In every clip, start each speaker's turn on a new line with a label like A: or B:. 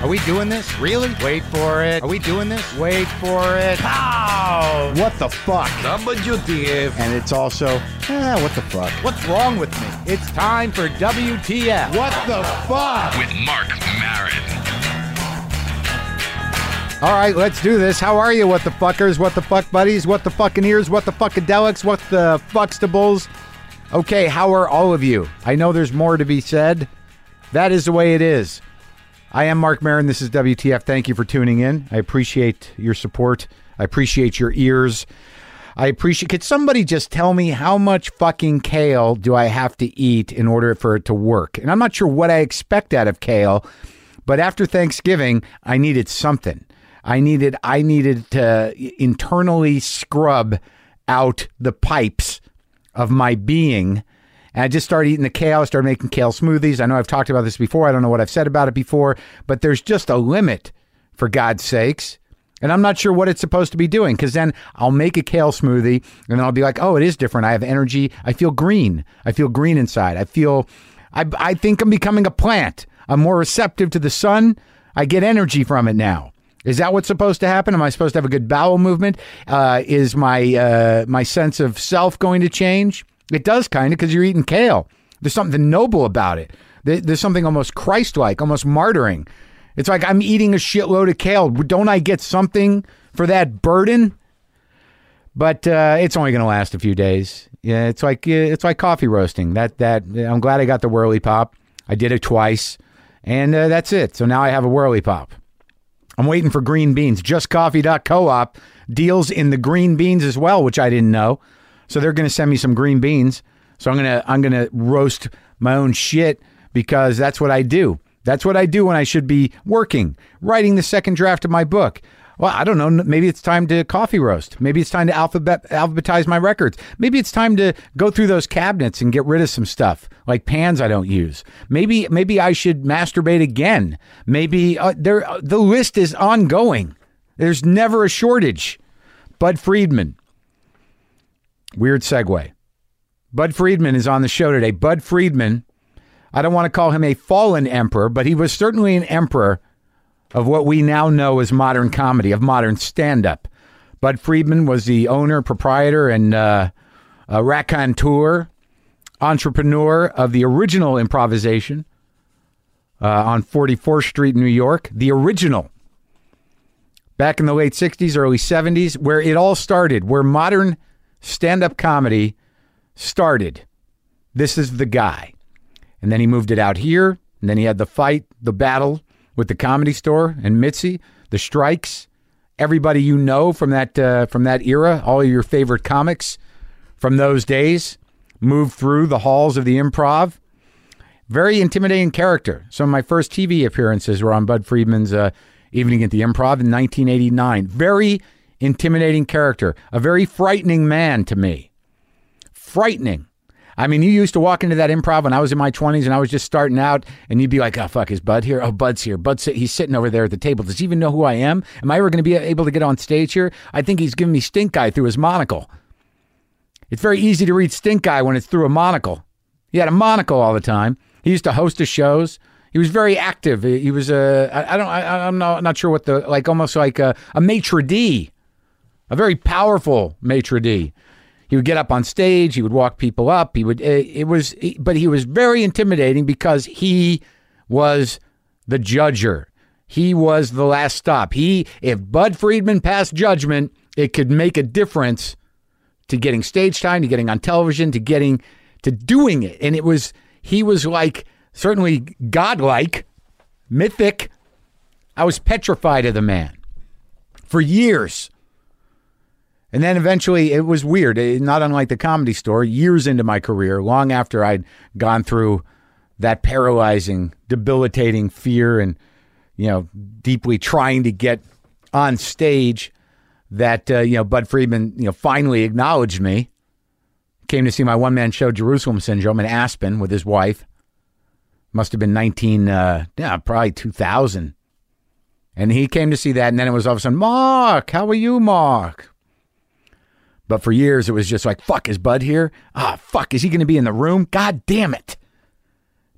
A: Are we doing this? Really? Wait for it. Are we doing this? Wait for it. Pow! What the fuck?
B: WTF.
A: And it's also, ah, what the fuck? uh, What's wrong with me? It's time for WTF. What the fuck?
C: With Mark Marin.
A: All right, let's do this. How are you, what the fuckers? What the fuck buddies? What the fucking ears? What the fuckadelics? What the fuckstables? Okay, how are all of you? I know there's more to be said. That is the way it is. I am Mark Marin. This is WTF. Thank you for tuning in. I appreciate your support. I appreciate your ears. I appreciate. Could somebody just tell me how much fucking kale do I have to eat in order for it to work? And I'm not sure what I expect out of kale, but after Thanksgiving, I needed something. I needed I needed to internally scrub out the pipes of my being. And I just started eating the kale. I started making kale smoothies. I know I've talked about this before. I don't know what I've said about it before, but there's just a limit, for God's sakes. And I'm not sure what it's supposed to be doing because then I'll make a kale smoothie and then I'll be like, oh, it is different. I have energy. I feel green. I feel green inside. I feel, I, I think I'm becoming a plant. I'm more receptive to the sun. I get energy from it now. Is that what's supposed to happen? Am I supposed to have a good bowel movement? Uh, is my uh, my sense of self going to change? It does kind of because you're eating kale. There's something noble about it. There- There's something almost Christ-like, almost martyring. It's like I'm eating a shitload of kale. Don't I get something for that burden? But uh, it's only going to last a few days. Yeah, it's like yeah, it's like coffee roasting. That that I'm glad I got the whirly pop. I did it twice, and uh, that's it. So now I have a whirly pop. I'm waiting for green beans. JustCoffee.coop deals in the green beans as well, which I didn't know. So they're going to send me some green beans. So I'm going to I'm going to roast my own shit because that's what I do. That's what I do when I should be working, writing the second draft of my book. Well, I don't know. Maybe it's time to coffee roast. Maybe it's time to alphabet alphabetize my records. Maybe it's time to go through those cabinets and get rid of some stuff like pans I don't use. Maybe maybe I should masturbate again. Maybe uh, there uh, the list is ongoing. There's never a shortage. Bud Friedman. Weird segue. Bud Friedman is on the show today. Bud Friedman. I don't want to call him a fallen emperor, but he was certainly an emperor of what we now know as modern comedy, of modern stand up. Bud Friedman was the owner, proprietor, and uh, uh, raconteur, entrepreneur of the original improvisation uh, on 44th Street, New York. The original. Back in the late 60s, early 70s, where it all started, where modern stand up comedy started. This is the guy. And then he moved it out here. And then he had the fight, the battle with the comedy store and Mitzi, the strikes, everybody you know from that uh, from that era, all your favorite comics from those days, moved through the halls of the improv. Very intimidating character. Some of my first TV appearances were on Bud Friedman's uh, Evening at the Improv in 1989. Very intimidating character, a very frightening man to me frightening. I mean, you used to walk into that improv when I was in my 20s and I was just starting out, and you'd be like, oh, fuck, is Bud here? Oh, Bud's here. Bud's, sit- he's sitting over there at the table. Does he even know who I am? Am I ever going to be able to get on stage here? I think he's giving me stink eye through his monocle. It's very easy to read stink eye when it's through a monocle. He had a monocle all the time. He used to host his shows. He was very active. He he was a, I, I don't, I, I'm not, not sure what the, like almost like a, a maitre d' a very powerful maitre d. He would get up on stage. He would walk people up. He would. It it was, but he was very intimidating because he was the judger. He was the last stop. He, if Bud Friedman passed judgment, it could make a difference to getting stage time, to getting on television, to getting to doing it. And it was he was like certainly godlike, mythic. I was petrified of the man for years. And then eventually it was weird, eh, not unlike the comedy store, years into my career, long after I'd gone through that paralyzing, debilitating fear and, you know, deeply trying to get on stage that, uh, you know, Bud Friedman, you know, finally acknowledged me, came to see my one man show, Jerusalem Syndrome, in Aspen with his wife. Must have been 19, uh, yeah, probably 2000. And he came to see that. And then it was all of a sudden, Mark, how are you, Mark? But for years, it was just like, fuck, is Bud here? Ah, fuck, is he going to be in the room? God damn it.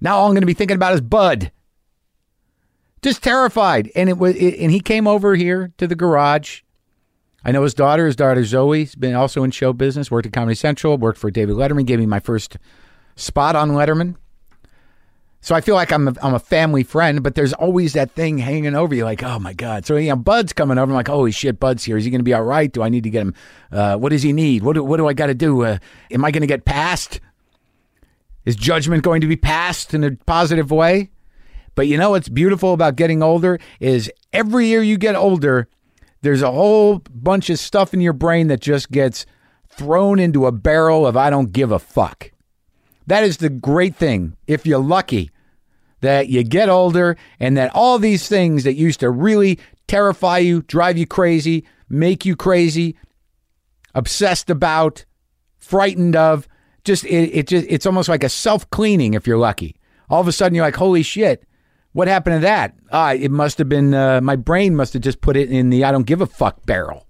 A: Now all I'm going to be thinking about is Bud. just terrified. And it was, it, and he came over here to the garage. I know his daughter, his daughter Zoe's been also in show business, worked at Comedy Central, worked for David Letterman, gave me my first spot on Letterman. So I feel like I'm a, I'm a family friend, but there's always that thing hanging over you, like, oh my god. So yeah, Bud's coming over. I'm like, holy shit, Bud's here. Is he going to be all right? Do I need to get him? Uh, what does he need? What do, what do I got to do? Uh, am I going to get passed? Is judgment going to be passed in a positive way? But you know what's beautiful about getting older is every year you get older, there's a whole bunch of stuff in your brain that just gets thrown into a barrel of I don't give a fuck. That is the great thing if you're lucky that you get older and that all these things that used to really terrify you, drive you crazy, make you crazy, obsessed about, frightened of, just it, it just it's almost like a self-cleaning if you're lucky. All of a sudden you're like, "Holy shit. What happened to that?" Ah, it must have been uh, my brain must have just put it in the I don't give a fuck barrel.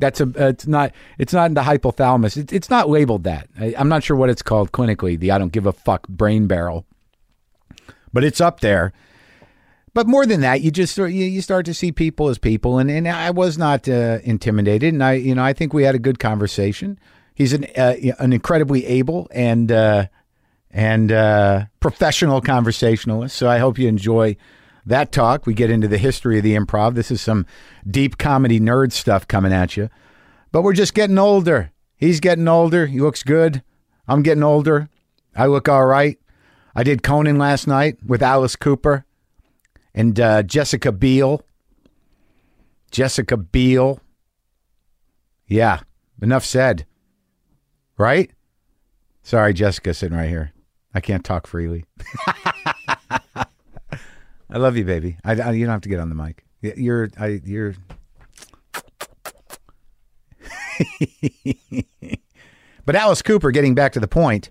A: That's a. Uh, it's not. It's not in the hypothalamus. It, it's not labeled that. I, I'm not sure what it's called clinically. The I don't give a fuck brain barrel, but it's up there. But more than that, you just sort- you, you start to see people as people, and and I was not uh, intimidated, and I you know I think we had a good conversation. He's an uh, an incredibly able and uh, and uh, professional conversationalist. So I hope you enjoy that talk. We get into the history of the improv. This is some deep comedy nerd stuff coming at you. But we're just getting older. He's getting older. He looks good. I'm getting older. I look all right. I did Conan last night with Alice Cooper and uh, Jessica Biel. Jessica Biel. Yeah, enough said. Right? Sorry, Jessica, sitting right here. I can't talk freely. I love you, baby. I, I- you don't have to get on the mic. Y- You're, I, you're. but Alice Cooper, getting back to the point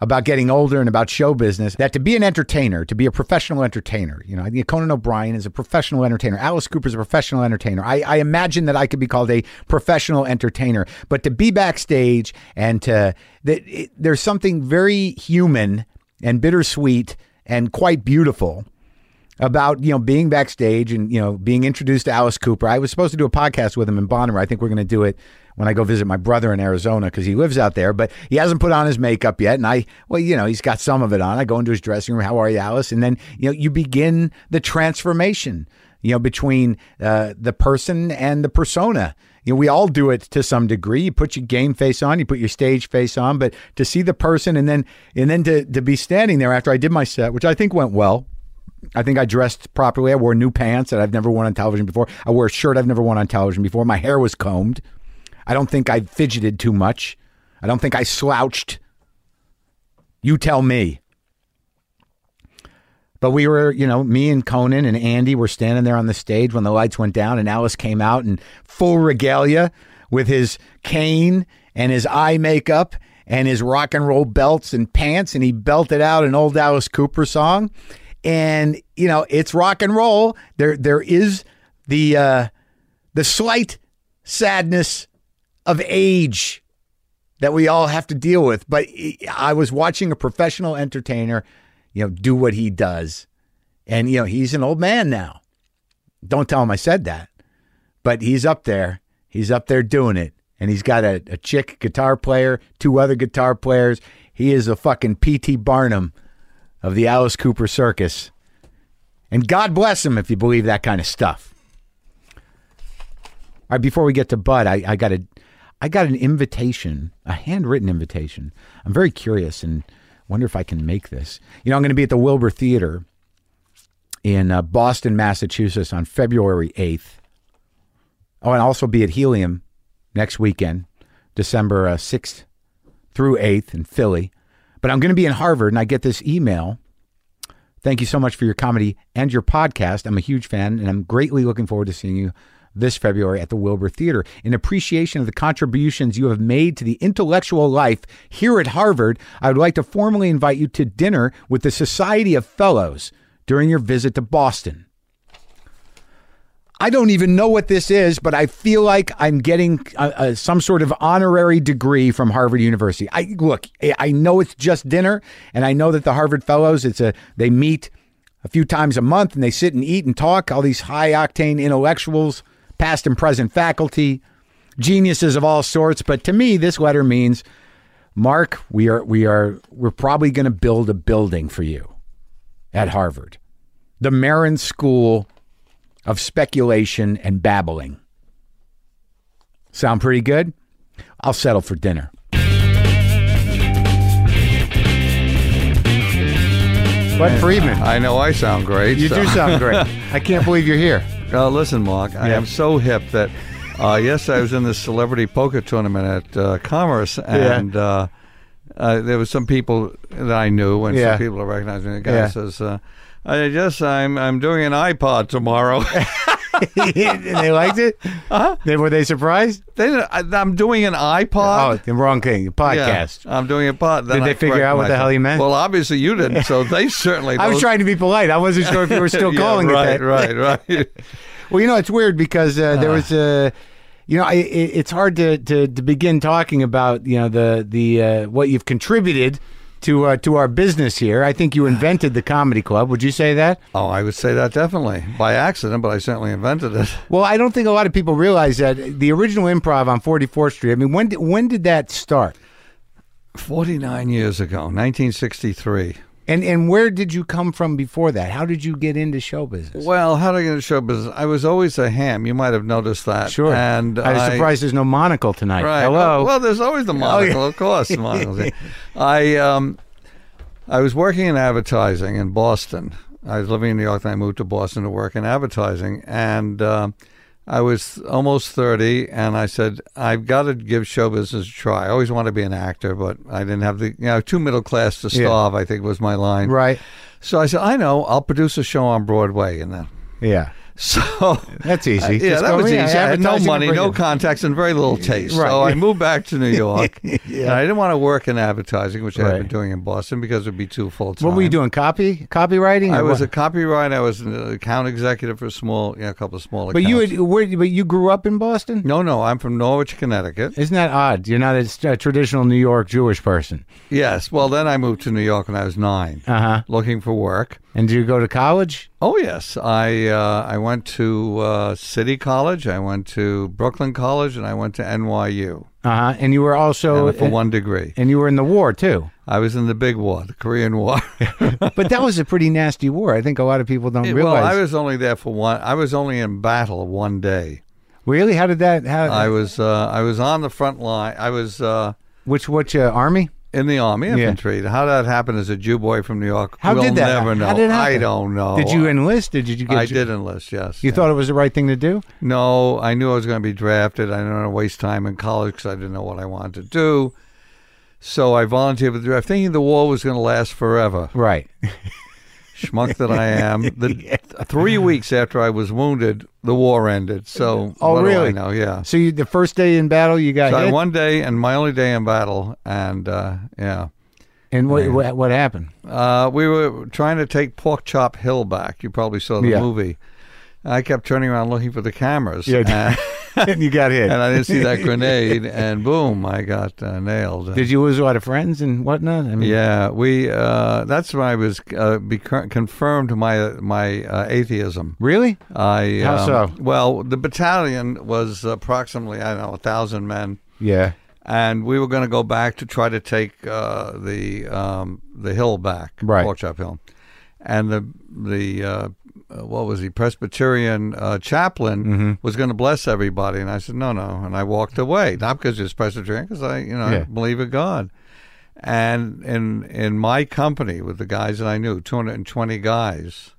A: about getting older and about show business, that to be an entertainer, to be a professional entertainer, you know, I think Conan O'Brien is a professional entertainer. Alice Cooper is a professional entertainer. I, I imagine that I could be called a professional entertainer, but to be backstage and to that, it, there's something very human and bittersweet and quite beautiful about you know being backstage and you know being introduced to Alice Cooper. I was supposed to do a podcast with him in Bonnaroo. I think we're going to do it when I go visit my brother in Arizona because he lives out there, but he hasn't put on his makeup yet. And I, well, you know, he's got some of it on. I go into his dressing room. How are you, Alice? And then you know you begin the transformation. You know between uh, the person and the persona. You know, we all do it to some degree. You put your game face on, you put your stage face on, but to see the person and then and then to to be standing there after I did my set, which I think went well. I think I dressed properly. I wore new pants that I've never worn on television before. I wore a shirt I've never worn on television before. My hair was combed. I don't think I fidgeted too much. I don't think I slouched. You tell me. But we were, you know, me and Conan and Andy were standing there on the stage when the lights went down, and Alice came out in full regalia with his cane and his eye makeup and his rock and roll belts and pants, and he belted out an old Alice Cooper song. And you know, it's rock and roll. There, there is the uh, the slight sadness of age that we all have to deal with. But I was watching a professional entertainer, you know, do what he does. And, you know, he's an old man now. Don't tell him I said that, but he's up there. He's up there doing it. And he's got a, a chick guitar player, two other guitar players. He is a fucking P.T. Barnum of the Alice Cooper Circus. And God bless him if you believe that kind of stuff. All right, before we get to Bud, I, I got a, I got an invitation, a handwritten invitation. I'm very curious and wonder if I can make this. You know, I'm going to be at the Wilbur Theater in uh, Boston, Massachusetts, on February 8th. Oh, and also be at Helium next weekend, December uh, 6th through 8th in Philly. But I'm going to be in Harvard, and I get this email. Thank you so much for your comedy and your podcast. I'm a huge fan, and I'm greatly looking forward to seeing you this February at the Wilbur Theater. In appreciation of the contributions you have made to the intellectual life here at Harvard, I would like to formally invite you to dinner with the Society of Fellows during your visit to Boston. I don't even know what this is, but I feel like I'm getting uh, uh, some sort of honorary degree from Harvard University. I look, I- I know it's just dinner, and I know that the Harvard Fellows, it's a they meet
B: a few times a month, and they sit and eat and talk. All these high octane intellectuals, past and present faculty, geniuses of all sorts. But to me, this letter means, Mark, we are we are we're probably going to build a building for you at Harvard, the Marin School of Speculation and Babbling. Sound pretty good? I'll settle for dinner.
A: But Friedman,
D: I know I sound great.
A: you
D: so-
A: do sound great. I can't believe you're here.
D: Uh, listen, Mark, I
A: Yeah.
D: am so hip that uh, yes, I was in this celebrity poker tournament at uh, Commerce, and uh, uh, there were some people that I knew, and
A: Yeah.
D: some people that recognized me. The guy
A: Yeah.
D: says, uh, "I guess I'm I'm doing an iPod tomorrow."
A: And they liked it. Uh-huh. They, were they surprised?
D: they, didn't- I, I'm doing an
A: Oh,
D: iPod.
A: the wrong thing. Podcast.
D: I'm doing a pod. Then
A: Did they
D: I
A: figure
D: correct
A: out what the hell you meant?
D: Well, obviously you didn't, so they certainly.
A: I was trying to be polite. I wasn't sure if you were still calling it
D: Right,
A: that.
D: right, right.
A: Well, you know, it's weird because uh, there was a, you know, I, it, it's hard to, to to begin talking about you know the the uh, what you've contributed to uh, to our business here. I think you invented the comedy club. Would you say that?
D: oh, I would say that definitely by accident, but I certainly invented it.
A: Well, I don't think a lot of people realize that the original improv on 44th Street. I mean, when did, when did that start?
D: 49 years ago, 1963.
A: And and where did you come from before that? How did you get into show business?
D: Well, how did I get into show business? I was always a ham. You might have noticed that.
A: Sure.
D: And
A: I was surprised there's no monocle tonight.
D: Right. Oh,
A: Hello. Oh,
D: Well, there's always the monocle, of course. the monocle. I um, I was working in advertising in Boston. I was living in New York, and I moved to Boston to work in advertising. And um I was almost thirty, and I said, "I've got to give show business a try." I always wanted to be an actor, but I didn't have the you know too middle class to starve. I think was my line.
A: right.
D: So I said, "I know, I'll produce a show on Broadway," and then.
A: Yeah.
D: So
A: That's easy.
D: Uh, yeah,
A: Just
D: that
A: go,
D: was
A: yeah,
D: easy. I had no
A: advertising
D: money,
A: for
D: no
A: you.
D: contacts, and very little taste.
A: Right.
D: So I moved back to New York. and I didn't want to work in advertising, which I had been
A: Right.
D: doing in Boston because it would be too full time.
A: What were you doing? Copy copywriting?
D: I
A: or
D: was
A: what?
D: a copyright. I was an account executive for small, you know, a couple of small.
A: But you
D: accounts.
A: had, where, but you grew up in Boston?
D: no, no. I'm from Norwich, Connecticut.
A: Isn't that odd? You're not a, s- a traditional New York Jewish person.
D: Yes. Well, then I moved to New York when I was 9
A: Uh-huh.
D: looking for work.
A: And did you go to college?
D: Oh yes, I uh, I went to uh, City College. I went to Brooklyn College, and I went to NYU
A: Uh-huh. And you were also
D: and uh, for one degree.
A: and you were in the war too.
D: I was in the big war, the Korean War.
A: But that was a pretty nasty war. I think a lot of people don't
D: well,
A: realize.
D: I was only there for one. I was only in battle one day.
A: really? How did that how
D: I was uh, I was on the front line. I was uh,
A: which which uh, army?
D: in the army infantry. How that happened as a Jew boy from New York,
A: How
D: we'll
A: did that
D: never
A: happen?
D: know.
A: How did it
D: I
A: happen?
D: don't know.
A: Did you enlist? Did you get
D: I
A: you-
D: did enlist. Yes.
A: You thought it was the right thing to do?
D: No, I knew I was going to be drafted. I didn't want to waste time in college because I didn't know what I wanted to do. So I volunteered with the draft, thinking the war was going to last forever.
A: Right.
D: Schmuck that I am. The, Three weeks after I was wounded, the war ended. So
A: Oh,
D: what
A: really?
D: Do I know, yeah.
A: So you, the first day in battle you got
D: So I
A: hit?
D: one day and my only day in battle, and uh, yeah,
A: and what, what what happened?
D: uh, we were trying to take Pork Chop Hill back. You probably saw the
A: Yeah.
D: movie. I kept turning around looking for the cameras.
A: Yeah. and you got hit.
D: and I didn't see that grenade, and boom, I got uh, nailed.
A: Did you lose a lot of friends and whatnot? I mean,
D: yeah, we. Uh, that's when I was uh, becur- confirmed my my uh, atheism.
A: Really?
D: I
A: How
D: um,
A: so?
D: Well, the battalion was approximately I don't know a thousand men,
A: Yeah.
D: and we were going to go back to try to take uh, the um, the hill back,
A: Right.
D: Pork Chop Hill, and the the uh, uh, what was he Presbyterian uh, chaplain
A: Mm-hmm.
D: was going to bless everybody, and I said no, no, and I walked away not because it's Presbyterian, because I you know I
A: Yeah.
D: believe in God. And in in my company with the guys that I knew, two hundred and twenty guys,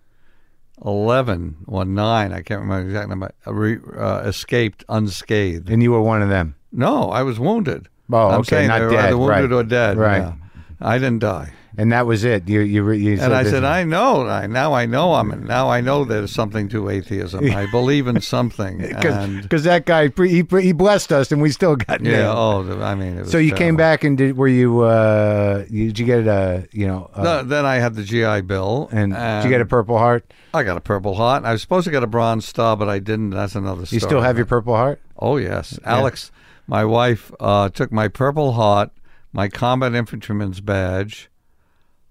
D: 11 or 9, I can't remember the exact number, uh, re, uh, escaped unscathed.
A: And you were one of them.
D: No, I was wounded.
A: Oh,
D: I'm
A: okay,
D: saying
A: not
D: they were
A: dead,
D: Either wounded
A: right,
D: or dead.
A: right.
D: yeah. I didn't die.
A: And that was it. You you, re- you
D: And I
A: this-
D: said, I know. I, now I know I'm. Now I know there's something to atheism. I believe in something. and
A: because that guy pre- he, pre- he blessed us and we still got
D: yeah.
A: nailed.
D: Oh, the- I mean. It was
A: so you came
D: terrible.
A: back and did were you uh you, did you get a you know a,
D: No, um, then I had the GI Bill,
A: and did you get a Purple Heart?
D: I got a Purple Heart. I was supposed to get a Bronze Star, but I didn't. That's another story.
A: You still have your Purple Heart?
D: Oh yes, Alex, my wife uh, took my Purple Heart, my Combat Infantryman's badge,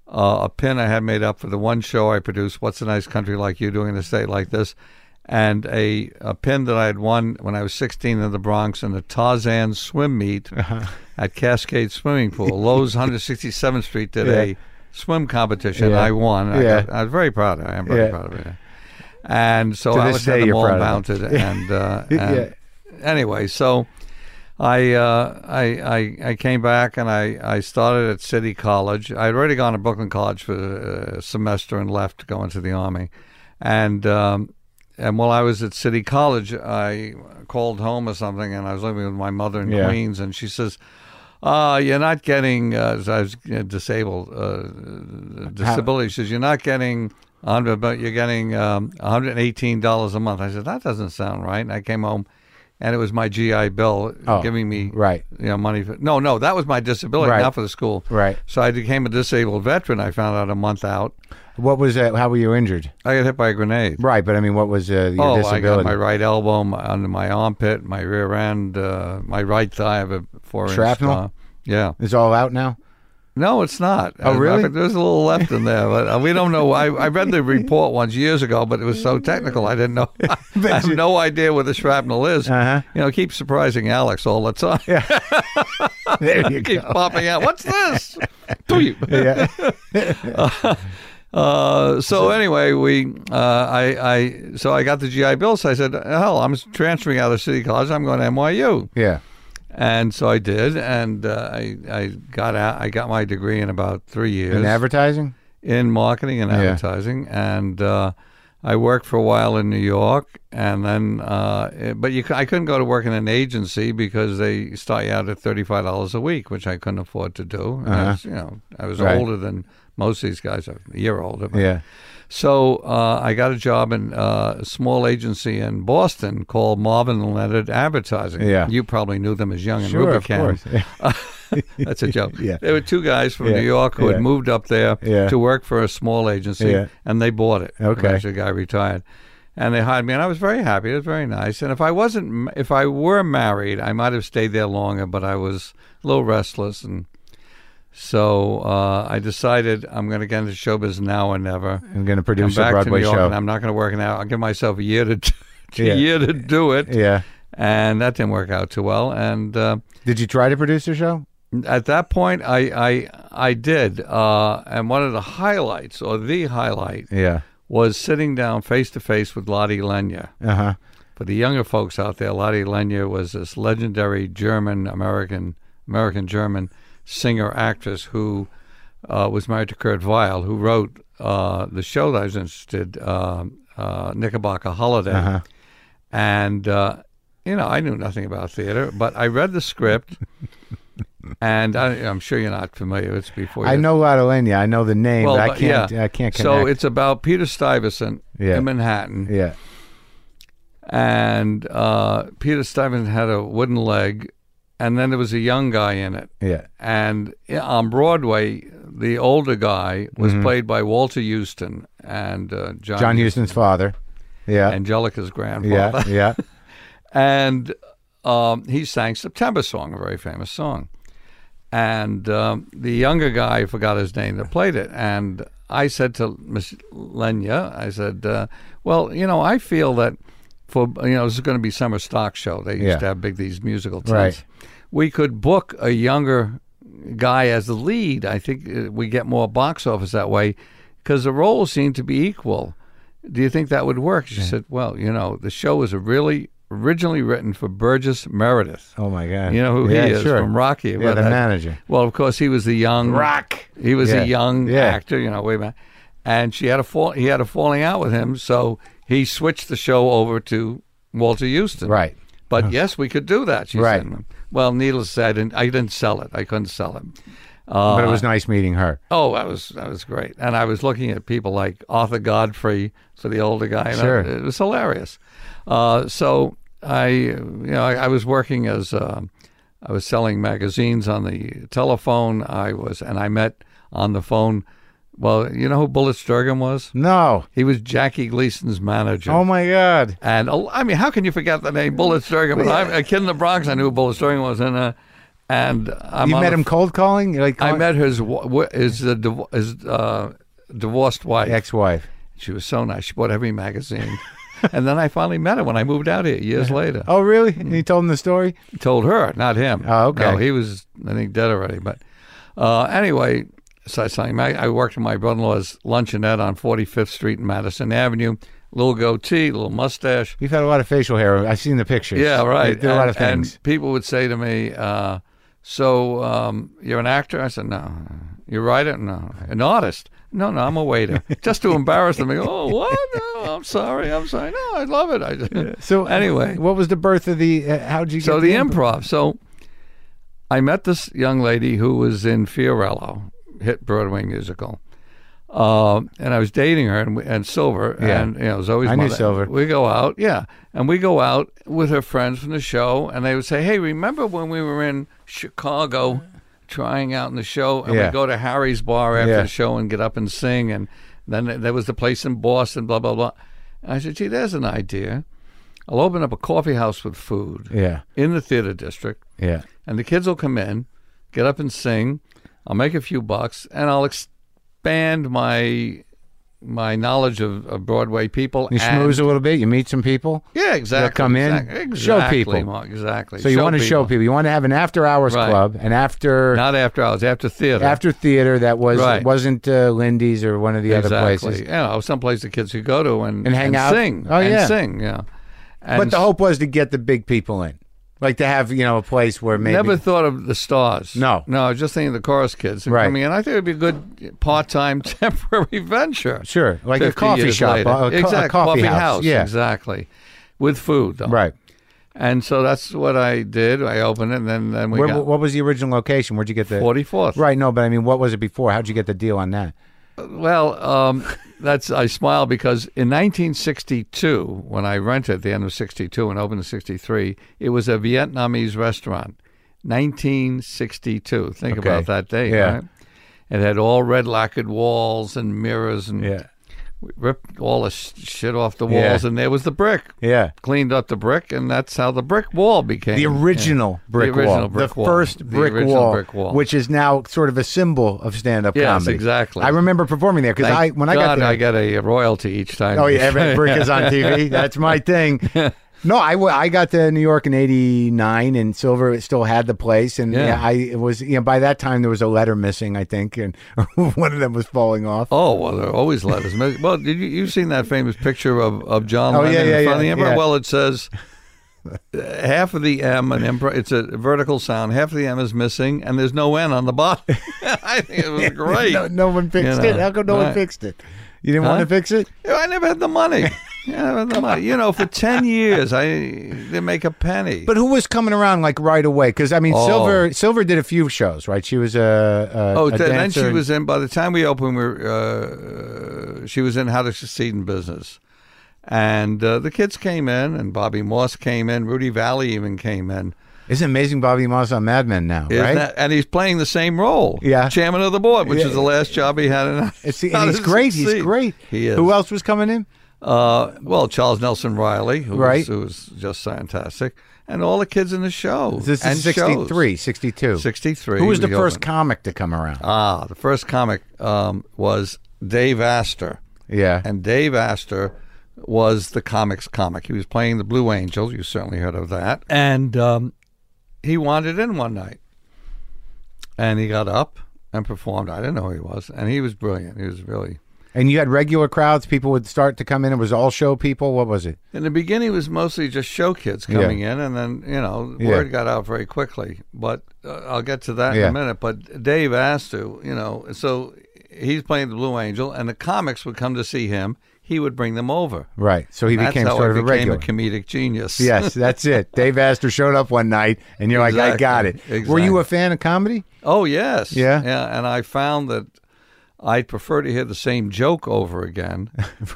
D: uh, a pin I had made up for the one show I produced, What's a Nice Country Like You Doing in a State Like This, and a, a pin that I had won when I was 16 in the Bronx in the Tarzan swim meet
A: Uh-huh.
D: at Cascade Swimming Pool. Lowe's 167th Street did a swim competition.
A: Yeah.
D: I won. I,
A: Yeah.
D: got- I was very proud of it. I am very
A: Yeah.
D: proud of it. And so
A: To
D: I
A: this
D: was
A: day,
D: had them
A: you're
D: all
A: proud of it.
D: mounted. And, uh, and anyway, so I, uh, I I I came back and I, I started at City College. I had already gone to Brooklyn College for a semester and left to go into the army, and um, and while I was at City College, I called home or something, and I was living with my mother in
A: Yeah.
D: Queens, and she says. Uh, you're not getting, uh, I was uh, disabled, uh, disability. She says, You're not getting 100, but you're getting um, $118 a month. I said, That doesn't sound right. And I came home and it was my GI Bill
A: Oh,
D: giving me
A: right.
D: you know, money. For, no, no, that was my disability,
A: Right.
D: not for the school.
A: Right.
D: So I became a disabled veteran. I found out a month out.
A: What was that? How were you injured?
D: I got hit by a grenade.
A: Right, but I mean, what was uh, your
D: oh, I got
A: disability?
D: my right elbow, my, under my armpit, my rear end, uh, my right thigh. I have a four
A: Shrapnel?
D: inch. uh, Yeah.
A: It's all out now.
D: No, it's not. Oh,
A: really?
D: There's a little left in there, but uh, we don't know. I, I read the report once years ago, but it was so technical, I didn't know. I have no idea where the shrapnel is.
A: Uh-huh.
D: You know, keep surprising Alex all the time.
A: There you
D: keep
A: go.
D: popping out. What's this? Tweet.
A: Yeah.
D: Uh, so anyway, we uh, I I so I got the GI Bill. So I said, "Hell, I'm transferring out of City College. I'm going to NYU."
A: Yeah.
D: And so I did, and uh, I I got out. I got my degree in about three years
A: In advertising?
D: in marketing and
A: Yeah.
D: advertising, and uh, I worked for a while in New York, and then uh, it- but you c- I couldn't go to work in an agency because they start you out at thirty five dollars a week, which I couldn't afford to do. And I was, you know, I was
A: Uh-huh. Right.
D: older than most of these guys. I'm a year older. but-
A: Yeah.
D: So uh, I got a job in uh, a small agency in Boston called Marvin and Leonard Advertising.
A: Yeah.
D: you probably knew them as Young and
A: Sure, of
D: Rubicam.
A: course. Yeah.
D: That's a joke.
A: Yeah.
D: There were two guys from
A: Yeah.
D: New York who
A: Yeah.
D: had moved up there
A: Yeah.
D: to work for a small agency,
A: Yeah.
D: and they bought it.
A: Okay.
D: Eventually the guy retired, and they hired me, and I was very happy. It was very nice. And if I wasn't, m- if I were married, I might have stayed there longer. But I was a little restless, and so uh, I decided I'm going to get into showbiz now or never.
A: I'm going to
D: Come
A: produce a
D: back
A: Broadway
D: to New York, and
A: show.
D: I'm not going to work now. I'll give myself a year to, a
A: Yeah.
D: year to do it.
A: Yeah.
D: And that didn't work out too well. And uh,
A: Did you try to produce a show?
D: at that point, I I I did, uh, and one of the highlights or the highlight
A: Yeah.
D: was sitting down face to face with Lottie Lenya.
A: Uh huh.
D: For the younger folks out there, Lottie Lenya was this legendary German American American German singer actress who uh, was married to Kurt Weill, who wrote uh, the show that I was interested, um uh, Knickerbocker Holiday,
A: Uh-huh.
D: and uh, you know I knew nothing about theater, but I read the script. And I, I'm sure you're not familiar. It's before
A: I
D: your
A: know Lotta Lenya. I know the name,
D: Well,
A: but I
D: but
A: can't.
D: yeah.
A: I can't connect.
D: So it's about Peter Stuyvesant
A: Yeah.
D: in Manhattan,
A: yeah.
D: and uh, Peter Stuyvesant had a wooden leg, and then there was a young guy in it,
A: Yeah.
D: and i- on Broadway, the older guy was played by Walter Houston and uh, John,
A: Mm-hmm. John Houston's father. Yeah.
D: Angelica's grandfather,
A: yeah. Yeah.
D: and um, he sang September song, a very famous song. And um, the younger guy, I forgot his name, that played it. And I said to Miss Lenya, I said, uh, "Well, you know, I feel that for you know, this is going to be summer stock show. They used
A: Yeah.
D: to have big these musical tents.
A: Right.
D: We could book a younger guy as the lead. I think uh, we get more box office that way because the roles seem to be equal. Do you think that would work?" She said, "Well, you know, the show was really originally written for Burgess Meredith."
A: Oh my God.
D: You know who
A: yeah,
D: he is
A: sure.
D: from Rocky.
A: Yeah,
D: Well,
A: the
D: that-
A: manager.
D: Well, of course, he was the young
A: Rock.
D: He was
A: Yeah.
D: a young
A: Yeah.
D: actor, you know, way back. And she had a fall. He had a falling out with him, so he switched the show over to Walter Houston.
A: Right.
D: But yes, we could do that. She
A: Right.
D: said. Well, needless to say, I didn't, I didn't sell it. I couldn't sell it. Uh,
A: But it was nice meeting her.
D: Oh, that was that was great, and I was looking at people like Arthur Godfrey, so the older guy. And I-
A: Sure.
D: it was hilarious. Uh, so I, you know, I, I was working as uh, I was selling magazines on the telephone. I was, and I met on the phone. Well, you know who Bullitt Sturgeon was?
A: No.
D: He was Jackie Gleason's manager.
A: Oh my God.
D: oh, And uh, I mean, how can you forget the name Bullet Sturgeon? But I'm a kid in the Bronx. I knew who Bullet Sturgeon was, and uh, and I'm
A: you
D: on
A: met
D: a-
A: him cold calling? You're Like
D: I
A: calling-
D: met his wa- wi- his uh, div- his uh, divorced wife.
A: ex-wife.
D: She was so nice. She bought every magazine. and then I finally met her when I moved out here years later.
A: Oh, really?
D: Mm.
A: And you told him the story?
D: Told her, not him.
A: Oh, okay.
D: No, he was, I think, dead already. But uh, anyway, so I, sang, I I worked at my brother in law's luncheonette on 45th Street and Madison Avenue. Little goatee, little mustache.
A: You've had a lot of facial hair. I've seen the pictures.
D: Yeah, right.
A: You did a lot of
D: And-
A: things.
D: And people would say to me, uh, "So um, you're an actor?" I said, "No." "You're a writer?" "No." "An artist?" "No, no, I'm a waiter." Just to embarrass them. I go, "Oh, what? No, I'm sorry. I'm sorry. No, I love it." I just,
A: so
D: anyway,
A: what was the birth of the? Uh, how did you get?
D: so the
A: improv?
D: improv. So I met this young lady who was in Fiorello, hit Broadway musical. Um, and I was dating her and, we- and Silver,
A: Yeah.
D: and you know, it was always
A: I
D: my
A: knew Silver.
D: We go out, yeah, and we go out with her friends from the show, and they would say, "Hey, remember when we were in Chicago, trying out in the show, and
A: Yeah.
D: we go to Harry's bar after
A: Yeah.
D: the show and get up and sing, and then there was the place in Boston, blah blah blah." And I said, "Gee, there's an idea. I'll open up a coffee house with food,
A: Yeah,
D: in the theater district,
A: yeah.
D: and the kids will come in, get up and sing. I'll make a few bucks, and I'll expand my my knowledge of, of Broadway people.
A: You
D: and-
A: schmooze a little bit. You meet some people.
D: yeah, exactly.
A: come in,
D: exactly,
A: show
D: exactly,
A: people.
D: Mark, exactly.
A: So you want to show people. You want to have an after-hours
D: Right.
A: club, an after
D: not after hours, after theater,
A: after theater that was
D: Right.
A: wasn't uh, Lindy's or one of the other
D: exactly.
A: places.
D: You know, someplace the kids could go to and
A: And hang out?
D: sing.
A: Oh,
D: and
A: yeah.
D: sing. Yeah, and
A: But the hope was to get the big people in, like to have you know a place where maybe
D: Never thought of the stars.
A: No.
D: no. I was just thinking of the chorus kids
A: Right.
D: coming in. I think it would be a good part-time temporary venture.
A: sure like a
D: 50
A: coffee
D: years
A: shop,
D: later.
A: a, a co- a
D: exactly.
A: coffee, house. yeah,
D: exactly, with food though.
A: right.
D: And so that's what I did. I opened it, and then then we
A: Where,
D: got
A: what was the original location? Where'd you get the
D: forty fourth.
A: Right, no, but I mean, what was it before? How'd you get the deal on that?
D: Well, um, that's I smile because in 1962, when I rented at the end of 62 and opened in 63, it was a Vietnamese restaurant. 1962. Think
A: Okay.
D: about that day.
A: Yeah.
D: Right? It had all red lacquered walls and mirrors and ripped all the sh- shit off the
A: Yeah.
D: walls, and there was the brick.
A: yeah.
D: cleaned up the brick, and that's how the brick wall became
A: The original
D: Yeah.
A: brick
D: the original
A: wall,
D: brick
A: the
D: wall.
A: first brick,
D: the original
A: wall,
D: brick wall,
A: which is now sort of a symbol of stand-up
D: Yes,
A: comedy.
D: exactly.
A: I remember performing there because
D: Thank
A: I when I got
D: God,
A: there,
D: I got a royalty each time.
A: oh yeah, every brick is on TV. That's my thing. No, I, wa- I got to New York in '89, and Silver still had the place, and
D: Yeah.
A: yeah, I was you know by that time there was a letter missing, I think, and one of them was falling off.
D: Oh well, there are always letters. well, did you, you've seen that famous picture of, of John
A: Oh,
D: Lennon
A: yeah, yeah,
D: in front of the
A: yeah,
D: Emperor?
A: yeah.
D: Well, it says uh, half of the M and Emperor. It's a vertical sound. Half of the M is missing, and there's no N on the bottom. I think it was great.
A: No, no one fixed
D: You
A: it.
D: know,
A: How come no one
D: right.
A: fixed it? You didn't want
D: Huh?
A: to fix it?
D: Yeah, I never had the money. Yeah, I never had the money. You know, for ten years, I didn't make a penny.
A: But who was coming around like right away? Because I mean,
D: Oh.
A: Silver Silver did a few shows, right? She was a, a
D: Oh,
A: a
D: th- then she
A: dancer.
D: was in. By the time we opened, we were, uh, she was in How to Succeed in Business, and uh, the kids came in, and Bobby Moss came in, Rudy Valley even came in,
A: Isn't amazing Bobby Moss on Mad Men now,
D: Isn't
A: right?
D: that- and he's playing the same role,
A: Yeah.
D: chairman of the board, which
A: Yeah.
D: is the last job he had. In
A: It's, and
D: How to
A: he's great. He's
D: Succeed.
A: great.
D: He is.
A: Who else was coming in?
D: Uh, well, Charles Nelson Riley, who
A: Right.
D: was, who was just fantastic, and all the kids in the show.
A: This
D: and
A: is 63, 62.
D: 63.
A: Who was the
D: we
A: first
D: opened.
A: comic to come around?
D: ah, the first comic um, was Dave Astor.
A: yeah.
D: and Dave Astor was the comics comic. He was playing the Blue Angels. You certainly heard of that. And um, he wandered in one night, and he got up and performed. I didn't know who he was, and he was brilliant. He was really.
A: and you had regular crowds. People would start to come in. It was all show people. What was it?
D: In the beginning, it was mostly just show kids
A: Yeah.
D: coming in, and then you know
A: Yeah.
D: word got out very quickly. But uh, I'll get to that in
A: Yeah.
D: a minute. But Dave Astor, you know, so he's playing the Blue Angel, and the comics would come to see him. He would bring them over.
A: Right. So he
D: That's
A: became
D: how
A: sort of
D: I
A: a
D: became
A: regular.
D: a comedic genius.
A: yes, that's it. Dave Astor showed up one night, and you're like, I
D: Exactly,
A: got it. Were you
D: exactly.
A: a fan of comedy?
D: Oh yes.
A: Yeah?
D: Yeah. And I found that I prefer to hear the same joke over again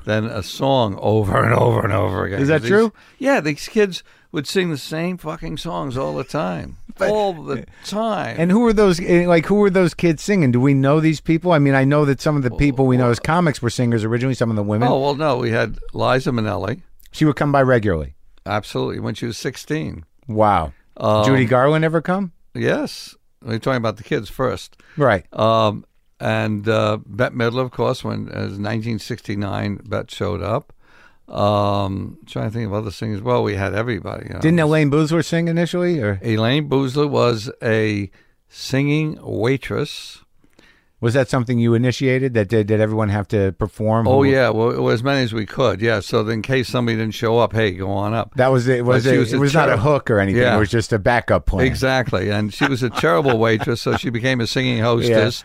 D: than a song over and over and over again.
A: Is that
D: These-
A: true?
D: Yeah. These kids would sing the same fucking songs all the time, all the time.
A: And who were those? eh, Like, who were those kids singing? Do we know these people? I mean, I know that some of the people we know as comics were singers originally. Some of the women.
D: oh well, no, we had Liza Minnelli.
A: She would come by regularly.
D: Absolutely, when she was sixteen.
A: Wow.
D: Um,
A: Judy Garland ever come?
D: Yes, we're talking about the kids first.
A: Right.
D: Um, and uh, Bette Midler, of course, when as 1969, Bette showed up. Um, trying to think of other singers. Well, we had everybody. You know.
A: Didn't Elaine Boozler sing initially, or
D: Elaine Boozler was a singing waitress.
A: was that something you initiated? That did, did everyone have to perform?
D: Oh
A: Who-
D: yeah, well, well, as many as we could. Yeah. So then in case somebody didn't show up, hey, go on up.
A: That was it. Was
D: But she
A: a,
D: was
A: it
D: a
A: was not a
D: terrible-
A: hook or anything.
D: Yeah.
A: It was just a backup plan.
D: Exactly. And she was a terrible waitress, so she became a singing hostess.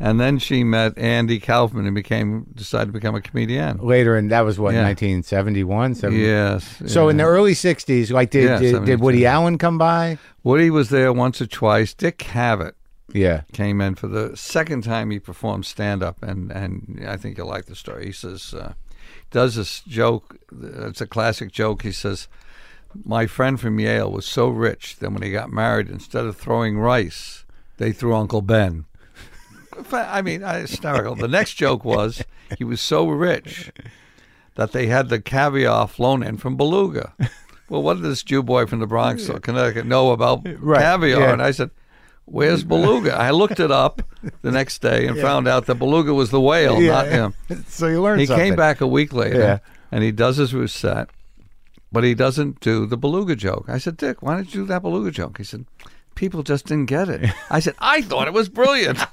D: And then she met Andy Kaufman and became decided to become a comedian.
A: Later, and that was what
D: Yeah.
A: 1971.
D: Yes.
A: So in the
D: yeah.
A: early 60s, like did
D: Yeah,
A: did, did Woody Allen come by?
D: Woody was there once or twice. Dick Cavett
A: Yeah.
D: came in for the second time he performed stand up and and I think you'll like the story. He says uh, does this joke uh, it's a classic joke. He says my friend from Yale was so rich that when he got married instead of throwing rice, they threw Uncle Ben. I mean, hysterical. The next joke was he was so rich that they had the caviar flown in from Beluga. Well, what did this Jew boy from the Bronx or Connecticut know about caviar?
A: yeah.
D: And I said, Where's Beluga? I looked it up the next day and found out that Beluga was the whale, not him.
A: So you learned
D: He
A: something.
D: came back a week later
A: Yeah.
D: and he does his reset, but he doesn't do the Beluga joke. I said, Dick, why didn't you do that Beluga joke? He said, People just didn't get it. I said, I thought it was brilliant.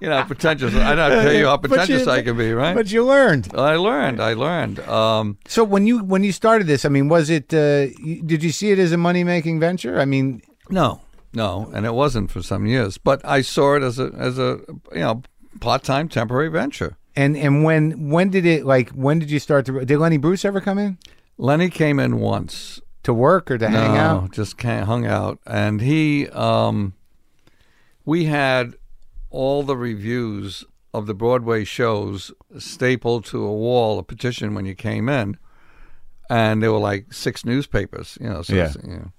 D: you know, pretentious. I don't tell you how
A: But you-
D: pretentious I can be, right?
A: But you learned.
D: I learned. I learned. Um,
A: So when you when you started this, I mean, was it? Uh, you, did you see it as a money making venture? I mean,
D: No, no, and it wasn't for some years. But I saw it as a as a you know part time temporary venture.
A: and and when when did it like when did you start to? Did Lenny Bruce ever come in
D: Lenny came in once.
A: to work or to hang
D: No,
A: out?
D: just can hung out, and he um, we had all the reviews of the Broadway shows stapled to a wall, a petition when you came in, and there were like six newspapers, you know. So
A: Yeah.
D: you know.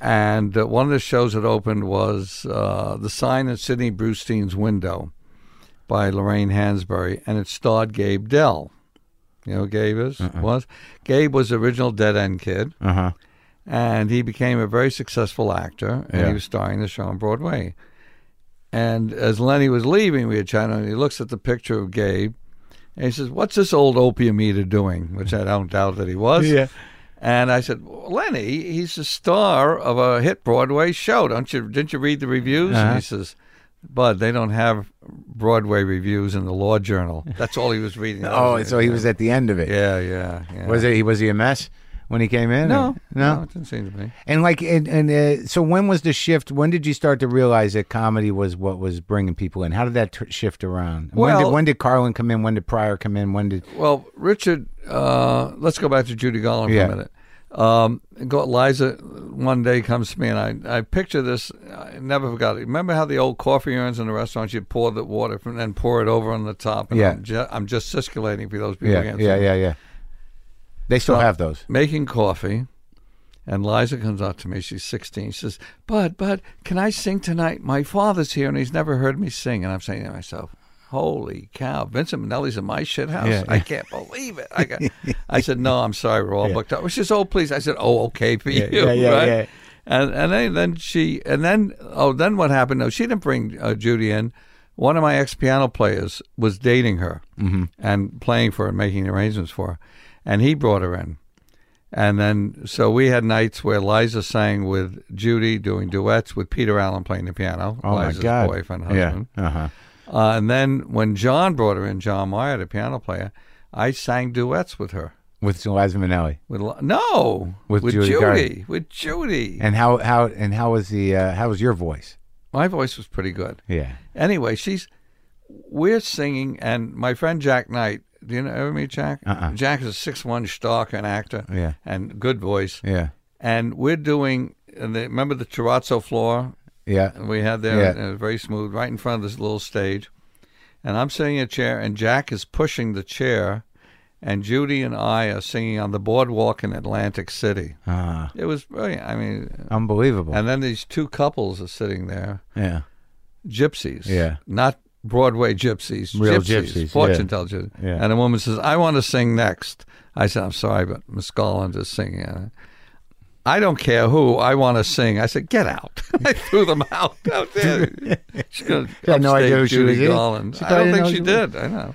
D: And uh, one of the shows that opened was uh, the sign in Sidney Brewstein's window by Lorraine Hansberry, and it starred Gabe Dell. You know, who Gabe is was Gabe was the original Dead End Kid
A: Uh huh.
D: and he became a very successful actor, and
A: Yeah.
D: he was starring the show on Broadway. And as Lenny was leaving, we had chatted, and he looks at the picture of Gabe, and he says, "What's this old opium eater doing?" Which I don't doubt that he was.
A: Yeah.
D: And I said, well, "Lenny, he's the star of a hit Broadway show. Don't you? Didn't you read the reviews?" And
A: Uh-huh.
D: he says. Bud, they don't have Broadway reviews in the Law Journal. That's all he was reading.
A: Oh, so he was at the end of it.
D: Yeah, yeah, yeah.
A: Was it? He was he a mess when he came in?
D: No,
A: or- no.
D: it didn't seem to be.
A: And like, and, and uh, so when was the shift? When did you start to realize that comedy was what was bringing people in? How did that tr- shift around? when
D: Well-
A: did when did Carlin come in? When did Pryor come in? When did
D: Well, Richard, uh, let's go back to Judy Garland
A: Yeah.
D: for a minute. Um, go, Liza one day comes to me and I, I picture this. I never forgot it. Remember how the old coffee urns in the restaurant you pour the water from and then pour it over on the top. And
A: Yeah.
D: I'm, ju- I'm gesticulating for those people.
A: yeah
D: against
A: yeah
D: it.
A: yeah yeah? They still
D: So-
A: have those.
D: Making coffee, and Liza comes out to me. She's 16. She says, "Bud, Bud, can I sing tonight? My father's here and he's never heard me sing." And I'm saying to myself. Holy cow! Vincent Minnelli's in my shit house.
A: Yeah.
D: I can't believe it. I got. I said, "No, I'm sorry, we're all booked up." She says, "Oh, please." I said, "Oh, okay for you."
A: yeah, yeah,
D: right?
A: yeah.
D: And and then, then she and then oh then what happened? No, she didn't bring uh, Judy in. One of my ex piano players was dating her
A: Mm-hmm.
D: and playing for her, and making arrangements for her, and he brought her in. And then so we had nights where Liza sang with Judy, doing duets with Peter Allen playing the piano.
A: Oh
D: Liza's
A: my God!
D: boyfriend,
A: yeah.
D: husband.
A: Uh huh.
D: Uh, and then when John brought her in, John Meyer, the piano player, I sang duets with her.
A: With Eliza Minnelli.
D: With Li- no,
A: With Judy Garland.
D: with Judy.
A: And how how and how was the uh, how was your voice?
D: My voice was pretty good.
A: Yeah.
D: Anyway, she's we're singing, and my friend Jack Knight. Do you know ever meet Jack?
A: Uh-uh.
D: Jack is a six-one stock, an actor,
A: Yeah.
D: and good voice.
A: Yeah.
D: And we're doing. And they, remember the terrazzo floor
A: Yeah.
D: we had there?
A: Yeah.
D: And it was very smooth, right in front of this little stage. And I'm sitting in a chair, and Jack is pushing the chair, and Judy and I are singing on the boardwalk in Atlantic City.
A: Uh,
D: It was brilliant. I mean,
A: unbelievable.
D: and then these two couples are sitting there
A: yeah.
D: gypsies.
A: Yeah.
D: Not Broadway gypsies.
A: Real
D: gypsies.
A: gypsies,
D: Fortune
A: yeah.
D: tellers. gypsies.
A: Yeah.
D: And a woman says, I want to sing next. I said, I'm sorry, but Miss Garland is singing. I don't care who. I want to sing. I said, get out. I threw them out out there. She
A: had no idea who she was
D: Judy
A: in.
D: Garland.
A: She
D: I
A: probably
D: don't think
A: didn't know
D: she
A: who she
D: did. I know.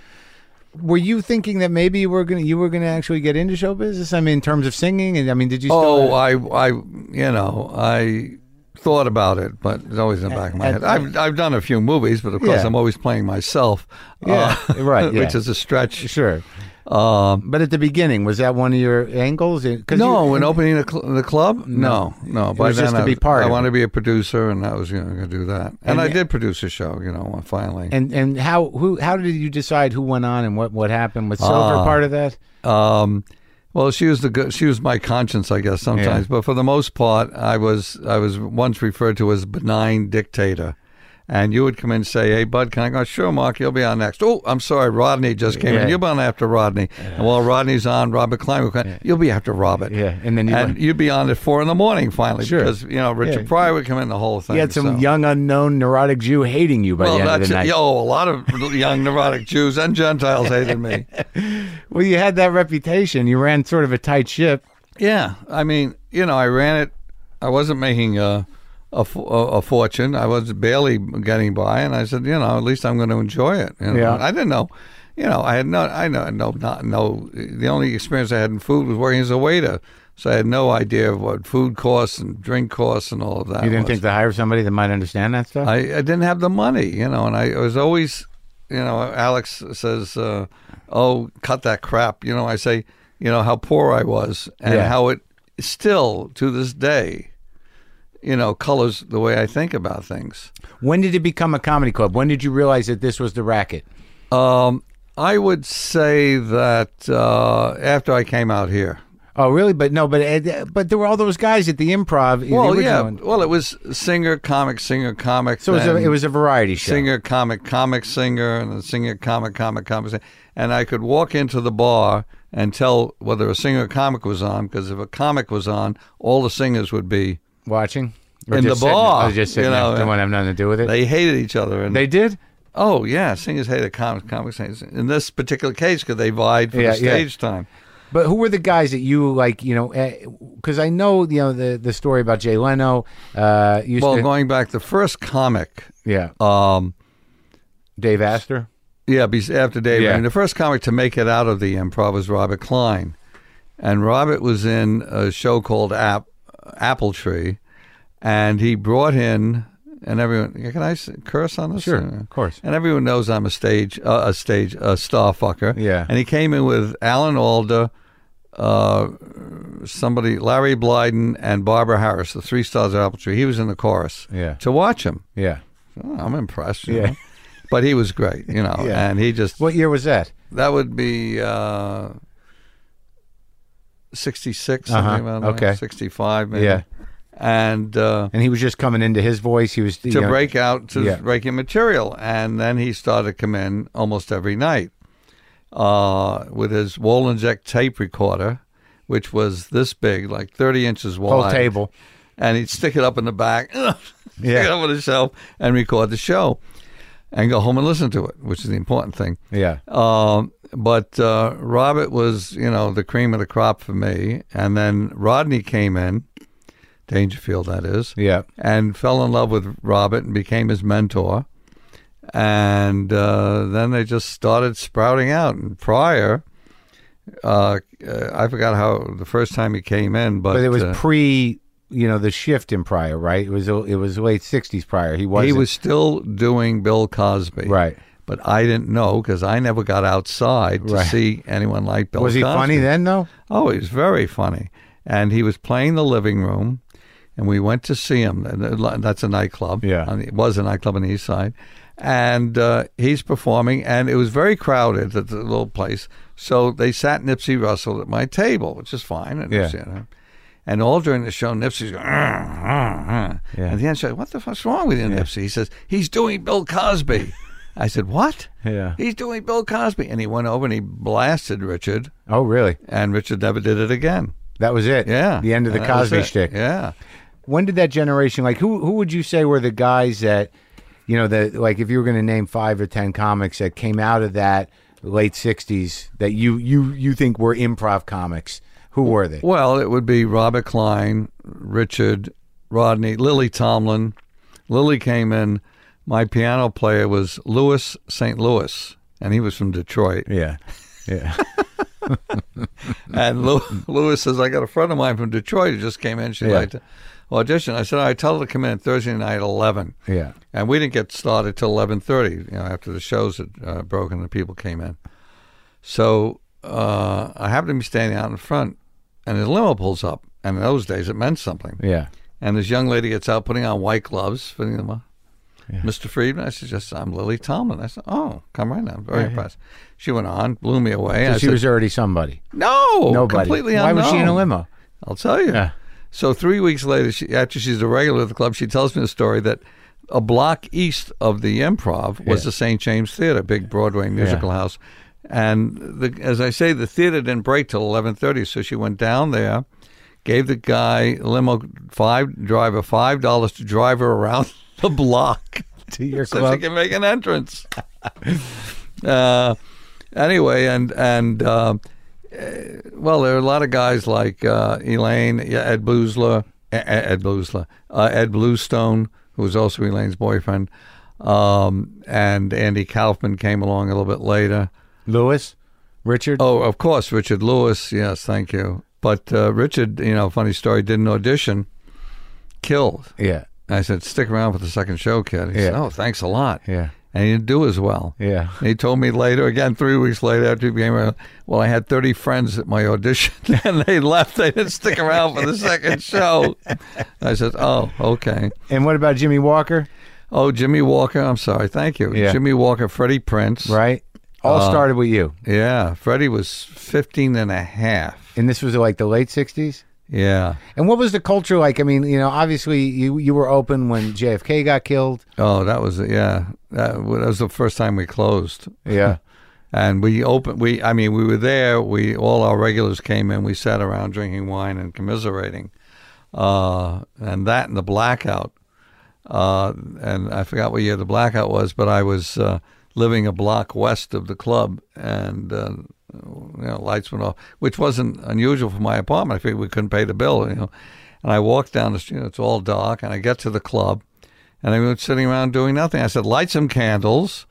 A: Were you thinking that maybe you were gonna you were gonna actually get into show business? I mean, in terms of singing, and I mean, did you?
D: Oh,
A: still,
D: I, I, you know, I thought about it, but it's always in the back of my
A: and-
D: head. I've, I've done a few movies, but of course,
A: Yeah.
D: I'm always playing myself. uh,
A: Yeah, right, yeah.
D: Which is a stretch.
A: sure.
D: Um,
A: But at the beginning, was that one of your angles? It- 'cause
D: no,
A: you-
D: when opening the, cl- the club, no, no. By
A: was
D: then,
A: just to
D: I,
A: be part
D: I
A: of
D: wanted
A: it.
D: to be a producer, and I was you know, going to do that. And, I
A: the-
D: did produce a show, you know, finally.
A: and and how who how did you decide who went on and what what happened? Was Silver
D: Ah.
A: part of that?
D: Um, well, she was the good, she was my conscience, I guess, sometimes. But for the most part, I was I was once referred to as benign dictator. And you would come in and say, "Hey, Bud, can I go?" Sure, Mark, you'll be on next. Oh, I'm sorry, Rodney just came
A: Yeah.
D: in. You'll be on after Rodney. And while Rodney's on, Robert Klein, will come. you'll be after Robert.
A: Yeah, and then you
D: and
A: went-
D: you'd be on at four in the morning finally
A: Sure.
D: because you know Richard
A: Yeah.
D: Pryor would come in the whole thing.
A: You had some
D: so-
A: young unknown neurotic Jew hating you by
D: well,
A: the end of
D: that's
A: the night.
D: it. Yo, a lot of young neurotic Jews and Gentiles hated me.
A: Well, you had that reputation. You ran sort of a tight ship.
D: Yeah, I mean, you know, I ran it. I wasn't making a a, fo- a- a fortune. I was barely getting by, and I said, you know, at least I'm going to enjoy it. You know,
A: Yeah.
D: I didn't know. You know, I had no, I know, no, not no. The only experience I had in food was working as a waiter, so I had no idea of what food costs and drink costs and all of that.
A: You didn't
D: was.
A: think to hire somebody that might understand that stuff?
D: I, I didn't have the money, you know, and I, I was always, you know, Alex says, uh, "Oh, cut that crap," you know. I say, you know, how poor I was and
A: Yeah.
D: how it still to this day, you know, colors the way I think about things.
A: when did it become a comedy club? When did you realize that this was the racket?
D: Um, I would say that uh, after I came out here.
A: Oh, really? But no, but uh, but there were all those guys at the improv. the
D: Well,
A: original
D: yeah.
A: one.
D: Well, it was singer, comic, singer, comic.
A: So it was, a,
D: then-
A: it was a variety show.
D: singer, comic, comic singer, and a singer, comic, comic, comic. singer. And I could walk into the bar and tell whether a singer or comic was on, because if a comic was on, all the singers would be.
A: watching Or
D: In
A: just
D: the
A: sitting-
D: bar,
A: I was just sitting
D: you know,
A: there. Don't want to have nothing to do with it.
D: They hated each other. And
A: They did.
D: oh yeah, singers hated comics, comics hated singers. In this particular case, because they vied for
A: Yeah,
D: the
A: yeah.
D: stage time.
A: But who were the guys that you like? You know, because I know you know the the story about Jay Leno. Uh, used
D: Well,
A: to,
D: going back, the first comic,
A: yeah,
D: um,
A: Dave Astor.
D: yeah, bes- after Dave,
A: Yeah.
D: I mean, the first comic to make it out of the improv was Robert Klein, and Robert was in a show called App Apple Tree, and he brought in and everyone. Can I s- curse on this? Uh,
A: course.
D: And everyone knows I'm a stage uh, a stage a star fucker.
A: Yeah.
D: And he came in with Alan Alda, uh, somebody Larry Blyden, and Barbara Harris, the three stars of Apple Tree. He was in the chorus.
A: Yeah.
D: To watch him,
A: Yeah.
D: Oh, I'm impressed. you
A: Yeah.
D: know. But he was great, you know,
A: Yeah.
D: and he just
A: What year was that?
D: that would be uh, 66, something
A: Uh-huh.
D: about that,
A: Okay.
D: 65 maybe.
A: Yeah.
D: And uh,
A: And he was just coming into his voice. He was
D: to break out to
A: Yeah.
D: breaking material. And then he started to come in almost every night uh, with his Wolenjack tape recorder, which was this big, like 30 inches wide.
A: whole table.
D: And he'd stick it up in the back, stick
A: Yeah.
D: it up on the shelf, and record the show and go home and listen to it, which is the important thing.
A: Yeah.
D: Um, but uh, Robert was, you know, the cream of the crop for me. And then Rodney came in, Dangerfield, that is,
A: Yeah.
D: and fell in love with Robert and became his mentor. And uh, then they just started sprouting out. And Pryor, uh, uh, I forgot how the first time he came in, but,
A: But it was
D: uh,
A: pre, you know, the shift in Pryor, right? It was it was late '60s Pryor. He was
D: he was still doing Bill Cosby.
A: right.
D: But I didn't know because I never got outside to
A: Right.
D: see anyone like Bill
A: Was he
D: Cosby.
A: funny then though?
D: Oh, he was very funny. And he was playing the living room, and we went to see him. And uh, That's a nightclub.
A: Yeah.
D: On the- It was a nightclub on the east side. And uh, he's performing, and it was very crowded at the little place. So they sat Nipsey Russell at my table, which is fine. And,
A: Yeah.
D: Nipsey, you know. and all during the show, Nipsey's going, yeah. and the end, said, What the fuck's wrong with you, Nipsey? He says, He's doing Bill Cosby. I said, What?
A: Yeah.
D: He's doing Bill Cosby. And he went over and he blasted Richard
A: Oh, really?
D: and Richard never did it again.
A: That was it.
D: Yeah,
A: The end of the
D: That was
A: Cosby
D: it.
A: shtick.
D: Yeah,
A: when did that generation like who who would you say were the guys that you know the like if you were going to name five or ten comics that came out of that late 60s that you you you think were improv comics
B: Who were they?
D: Well, it would be Robert Klein, Richard, Rodney, Lily Tomlin. Lily came in. My piano player was Louis St. Louis, and he was from Detroit.
B: Yeah. Yeah.
D: And Lou, Louis says, I got a friend of mine from Detroit who just came in. She'd
B: Yeah.
D: like to audition. I said, all right, tell her to come in Thursday night at 11.
B: Yeah.
D: And we didn't get started till 11.30, you know, after the shows had uh, broken and people came in. So uh, I happened to be standing out in front, and his limo pulls up. And in those days, it meant something.
B: Yeah.
D: And this young lady gets out, putting on white gloves, fitting them on. Mr. Friedman, I said, yes, I'm Lily Tomlin. I said, oh, come right now. I'm very impressed. She went on, blew me away. I
B: she
D: said,
B: was already somebody.
D: no,
B: Nobody.
D: completely
B: Why
D: unknown.
B: was she in a limo?
D: I'll tell you.
B: Yeah.
D: So three weeks later, she, after she's a regular at the club, she tells me the story that a block east of the Improv was the St. James Theater, a big Broadway musical house, and the, as I say, the theater didn't break till eleven thirty. So she went down there, gave the guy limo five driver five dollars to drive her around the block
B: To your
D: so she
B: club.
D: can make an entrance. uh, anyway, and and uh, eh, well, there are a lot of guys like uh, Elaine, yeah, Ed Boozler, eh, eh, Ed Boozler, uh, Ed Bluestone, who was also Elaine's boyfriend, um, and Andy Kaufman came along a little bit later.
B: Lewis? Richard?
D: Oh, of course, Richard Lewis. Yes, thank you. But uh, Richard, you know, funny story, didn't audition, killed.
B: Yeah.
D: And I said, stick around for the second show, kid. He said,
B: Yeah.
D: oh, thanks a lot.
B: Yeah.
D: And he didn't do as well.
B: Yeah.
D: And he told me later, again, three weeks later after he became, a- well, I had 30 friends at my audition and they left. They didn't stick around for the second show. I said, oh, okay.
B: And what about Jimmy Walker?
D: Oh, Jimmy Walker. I'm sorry. Thank you.
B: Yeah.
D: Jimmy Walker, Freddie Prince.
B: Right? All
D: Uh-huh.
B: started with you.
D: Yeah. Freddie was 15 and a half.
B: And this was like the late 60s?
D: Yeah.
B: And what was the culture like? I mean, you know, obviously you, you were open when JFK got killed.
D: Oh, that was, yeah. That, that was the first time we closed.
B: Yeah.
D: And we opened, we, I mean, we were there. We, all our regulars came in. We sat around drinking wine and commiserating. Uh, and that and the blackout. Uh, and I forgot what year the blackout was, but I was uh, living a block west of the club and uh, you know, lights went off, which wasn't unusual for my apartment. I figured we couldn't pay the bill, you know. And I walked down the street, it's all dark, and I get to the club and I was sitting around doing nothing. I said, light some candles.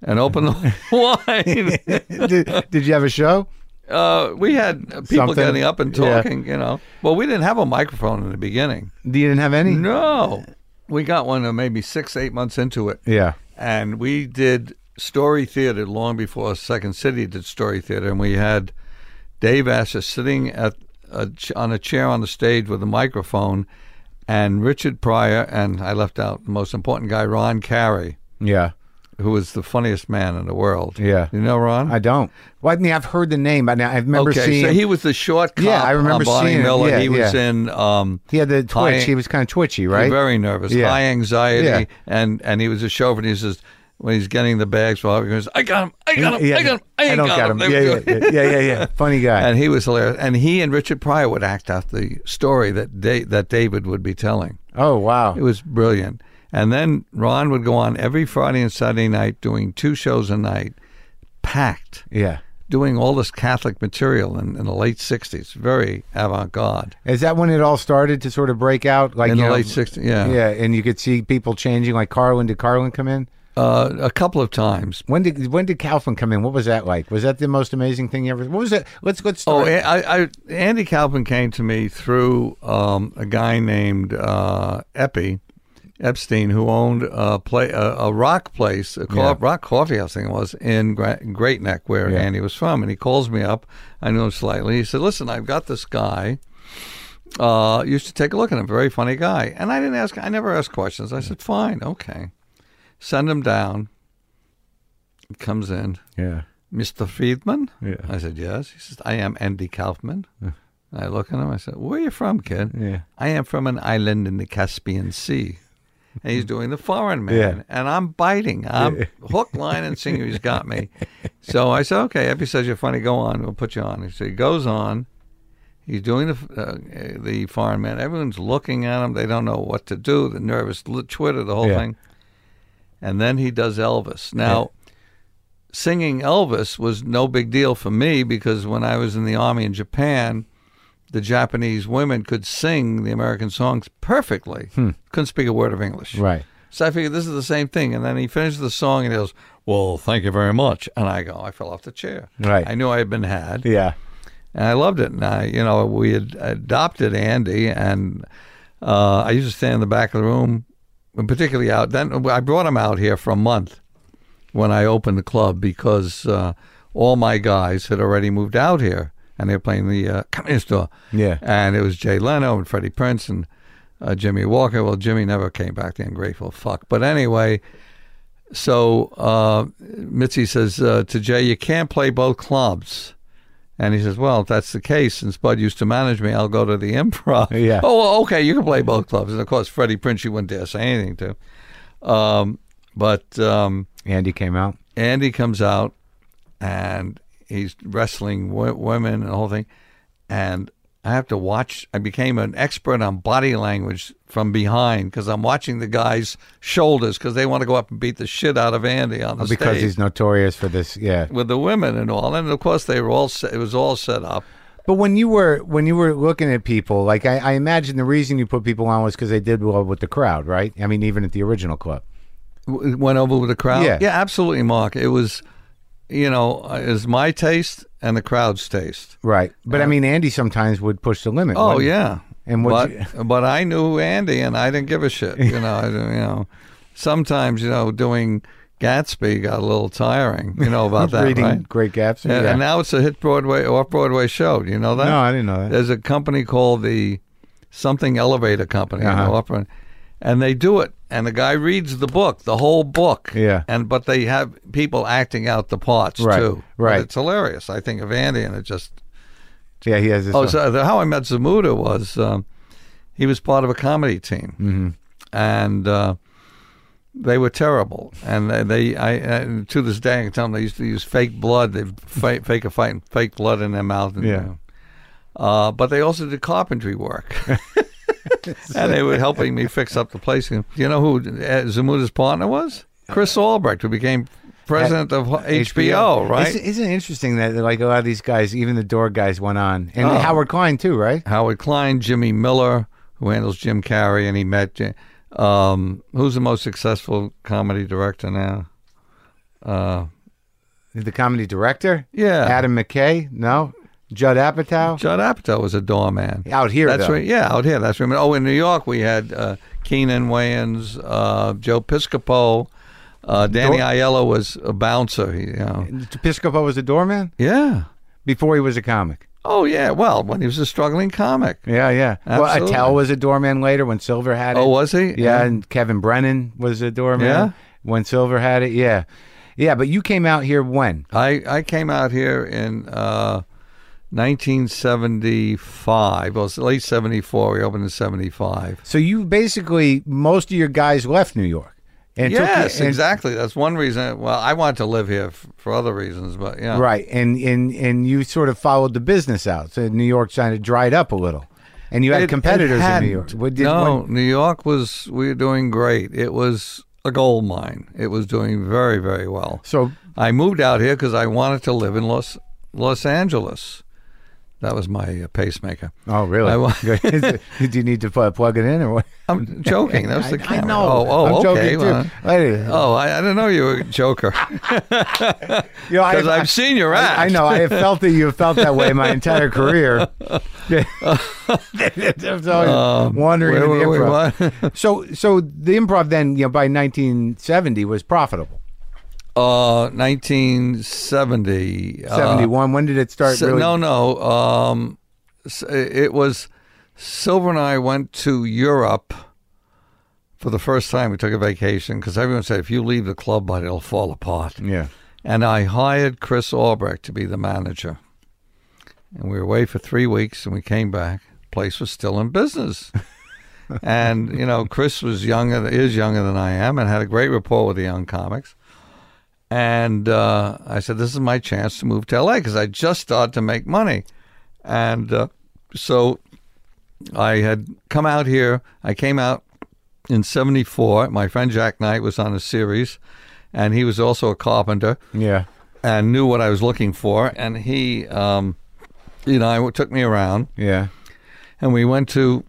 D: And open the wine.
B: did, did you have a show?
D: Uh, we had people
B: Something.
D: getting up and
B: Yeah.
D: talking, you know. Well, we didn't have a microphone in the beginning.
B: You didn't have any?
D: No, we got one uh, maybe six, eight months into it,
B: Yeah.
D: and we did story theater long before Second City did story theater, and we had Dave Asher sitting at a, ch- on a chair on the stage with a microphone, and Richard Pryor, and I left out the most important guy, Ron Carey,
B: Yeah.
D: who was the funniest man in the world.
B: Yeah.
D: you know Ron.
B: I don't. Well, I mean, I've heard the name, but now I remember
D: okay,
B: seeing.
D: so he was the short cop.
B: Yeah, I remember
D: on Bonnie
B: seeing it.
D: Miller.
B: Yeah,
D: he was
B: yeah.
D: in. Um,
B: he had the
D: High-
B: twitch. He was kind of twitchy, right?
D: Very nervous,
B: Yeah.
D: high anxiety,
B: Yeah.
D: and and he was a chauffeur. And he says when he's getting the bags, well, he goes, "I got him, I got him,
B: yeah,
D: I got him, I, ain't
B: don't
D: got,
B: got
D: him."
B: him.
D: They
B: Yeah,
D: were doing-
B: yeah, yeah, yeah, yeah, yeah. Funny guy.
D: And he was hilarious. And he and Richard Pryor would act out the story that da- that David would be telling.
B: oh wow.
D: It was brilliant. And then Ron would go on every Friday and Saturday night doing two shows a night, packed,
B: yeah.
D: doing all this Catholic material in, in the late '60s. Very avant-garde
B: Is that when it all started to sort of break out? Like
D: in
B: you
D: the
B: know,
D: late '60s.
B: Yeah, and you could see people changing. Like Carlin, did Carlin come in?
D: Uh, a couple of times,
B: When did when did Calvin come in? What was that like? Was that the most amazing thing you ever? What was it? Let's let's.
D: Oh,
B: start-
D: I, I, Andy Calvin came to me through um, a guy named uh, Epi Epstein, who owned a play a, a rock place, a co- rock coffee house thing it was in Gra- Great Neck, where Andy was from. And he calls me up. I knew him slightly. He said, "Listen, I've got this guy." Uh, used to take a look at him, very funny guy. And I didn't ask, I never asked questions. I said, fine, okay. Send him down. He comes in.
B: yeah,
D: Mr. Friedman?
B: Yeah.
D: I said, yes. He says, I am Andy Kaufman. I look at him. I said, where are you from, kid?
B: Yeah.
D: I am from an island in the Caspian Sea. And he's doing the foreign man.
B: Yeah.
D: And I'm biting. I'm hook, line, and sinker. He's got me. So I said, okay. Epi says, you're funny. Go on. We'll put you on. So he goes on. He's doing the uh, the foreign man. Everyone's looking at him. They don't know what to do. They're nervous. L- Twitter, the whole
B: Yeah.
D: thing. And then he does Elvis. Now, singing Elvis was no big deal for me because when I was in the army in Japan, the Japanese women could sing the American songs perfectly. Couldn't speak a word of English.
A: Hmm. Right.
D: So I figured this is the same thing. And then he finishes the song and he goes, Well, thank you very much. And I go, I fell off the chair.
A: Right.
D: I knew I had been had.
A: Yeah.
D: And I loved it. And I, you know, we had adopted Andy and uh, I used to stand in the back of the room, and particularly out. Then I brought him out here for a month when I opened the club because uh, all my guys had already moved out here and they were playing the uh, Comedy Store.
A: Yeah.
D: And it was Jay Leno and Freddie Prince and uh, Jimmy Walker. Well, Jimmy never came back, the ungrateful fuck. But anyway, so uh, Mitzi says uh, to Jay, you can't play both clubs. And he says, well, if that's the case, since Bud used to manage me, I'll go to the improv.
A: Yeah.
D: Oh, well, okay, you can play both clubs. And of course, Freddie Prince, you wouldn't dare say anything to. Um, but. Um,
A: Andy came out.
D: Andy comes out and he's wrestling w- women and the whole thing. And I have to watch. I became an expert on body language from behind because I'm watching the guy's shoulders because they want to go up and beat the shit out of Andy on the
A: Because
D: stage
A: he's notorious for this. Yeah.
D: with the women and all. And of course, they were all set, it was all set up.
A: But when you were when you were looking at people, like I, I imagine the reason you put people on was because they did well with the crowd, right? I mean, even at the original club.
D: W- It went over with the crowd.
A: Yeah.
D: absolutely, Mark. It was, you know, uh, it was my taste and the crowd's taste.
A: Right. But I mean, Andy sometimes would push the limit.
D: Oh
A: wouldn't he?
D: yeah,
A: And
D: but
A: what'd
D: but I knew Andy, and I didn't give a shit. You know, I, you know, sometimes you know doing Gatsby got a little tiring. You know about that,
A: Reading
D: right?
A: Great Gaps.
D: And, and now it's a hit Broadway off Broadway show. Do you know that?
A: No, I didn't know that.
D: There's a company called the Something Elevator Company in
A: Uh-huh.
D: Off-Broadway, and they do it. And the guy reads the book, the whole book.
A: Yeah.
D: And but they have people acting out the parts
A: Right,
D: too. But
A: right.
D: it's hilarious. I think of Andy, and it just
A: yeah, he has this.
D: Oh,
A: one.
D: so the, how I met Zamuda was um, he was part of a comedy team, mm-hmm. and uh, they were terrible. And they, they I, and to this day, I can tell them they used to use fake blood. They fake, fake a fight and fake blood in their mouth. And,
A: Yeah.
D: uh, but they also did carpentry work. and they were helping me fix up the place. You know who uh, Zamuda's partner was?
A: Uh,
D: Chris Albrecht, who became president of HBO, right?
A: Isn't, isn't it interesting that like a lot of these guys, even the door guys, went on, and
D: Oh.
A: Howard Klein too, right?
D: Howard Klein, Jimmy Miller, who handles Jim Carrey, and he met. Jim, um, who's the most successful comedy director now? Uh,
A: The comedy director,
D: Yeah.
A: Adam McKay, no, Judd Apatow,
D: Judd Apatow was a doorman.
A: out here
D: That's
A: though.
D: right. Yeah, out here. That's right. Oh, in New York, we had uh, Keenan Wayans, uh, Joe Piscopo, uh, Danny
A: Door-
D: Aiello was a bouncer. He, you know.
A: Piscopo was a doorman
D: Yeah.
A: before he was a comic.
D: Oh yeah. Well, when he was a struggling comic.
A: Yeah, yeah.
D: Absolutely.
A: Well, Attell was a doorman later when Silver had it.
D: Oh, was he?
A: Yeah, and Kevin Brennan was a doorman
D: Yeah?
A: when Silver had it. Yeah, yeah. But you came out here when?
D: I, I came out here in uh, 1975. Well, it's late 74. We opened in 75.
A: So you basically most of your guys left New York. And took-
D: yes,
A: and-
D: exactly. That's one reason. Well, I wanted to live here f- for other reasons, but yeah.
A: Right, and and and you sort of followed the business out. So New York kind of dried up a little, and you had
D: It- it
A: competitors in New York.
D: hadn't.
A: What did-
D: no,
A: what-
D: New York was, we were doing great. It was a gold mine. It was doing very, very well.
A: so
D: I moved out here because I wanted to live in Los, Los Angeles. That was my uh, pacemaker.
A: oh really?
D: I wa-
A: Did you need to pl- plug it in or what?
D: I'm joking. That was the
A: I
D: camera.
A: know.
D: Oh, oh,
A: I'm
D: okay.
A: joking
D: well,
A: too. Wait a-
D: Oh, I, I didn't know you were a joker.
A: you know, I-
D: Because
A: I-
D: I've seen your act.
A: I, I know. I have felt that you have felt that way my entire career. I'm sorry, wandering
D: Wait,
A: in the
D: Um, wait, wait,
A: improv.
D: what?
A: so, so the improv then, you know, by 1970 was profitable.
D: Uh, 1970. uh,
A: 71. when did it start?
D: so-
A: really?
D: No, no. Um, s- it was Silver and I went to Europe for the first time. We took a vacation because everyone said if you leave the club, but it'll fall apart.
A: Yeah.
D: And I hired Chris Albrecht to be the manager. And we were away for three weeks and we came back. Place was still in business. and, you know, Chris was younger, is younger than I am, and had a great rapport with the young comics. And uh, I said, this is my chance to move to LA because I just started to make money. And uh, so I had come out here. I came out in 74. My friend Jack Knight was on a series, and he was also a carpenter
A: Yeah.
D: and knew what I was looking for. And he, um, you know, I, took me around
A: Yeah.
D: and we went to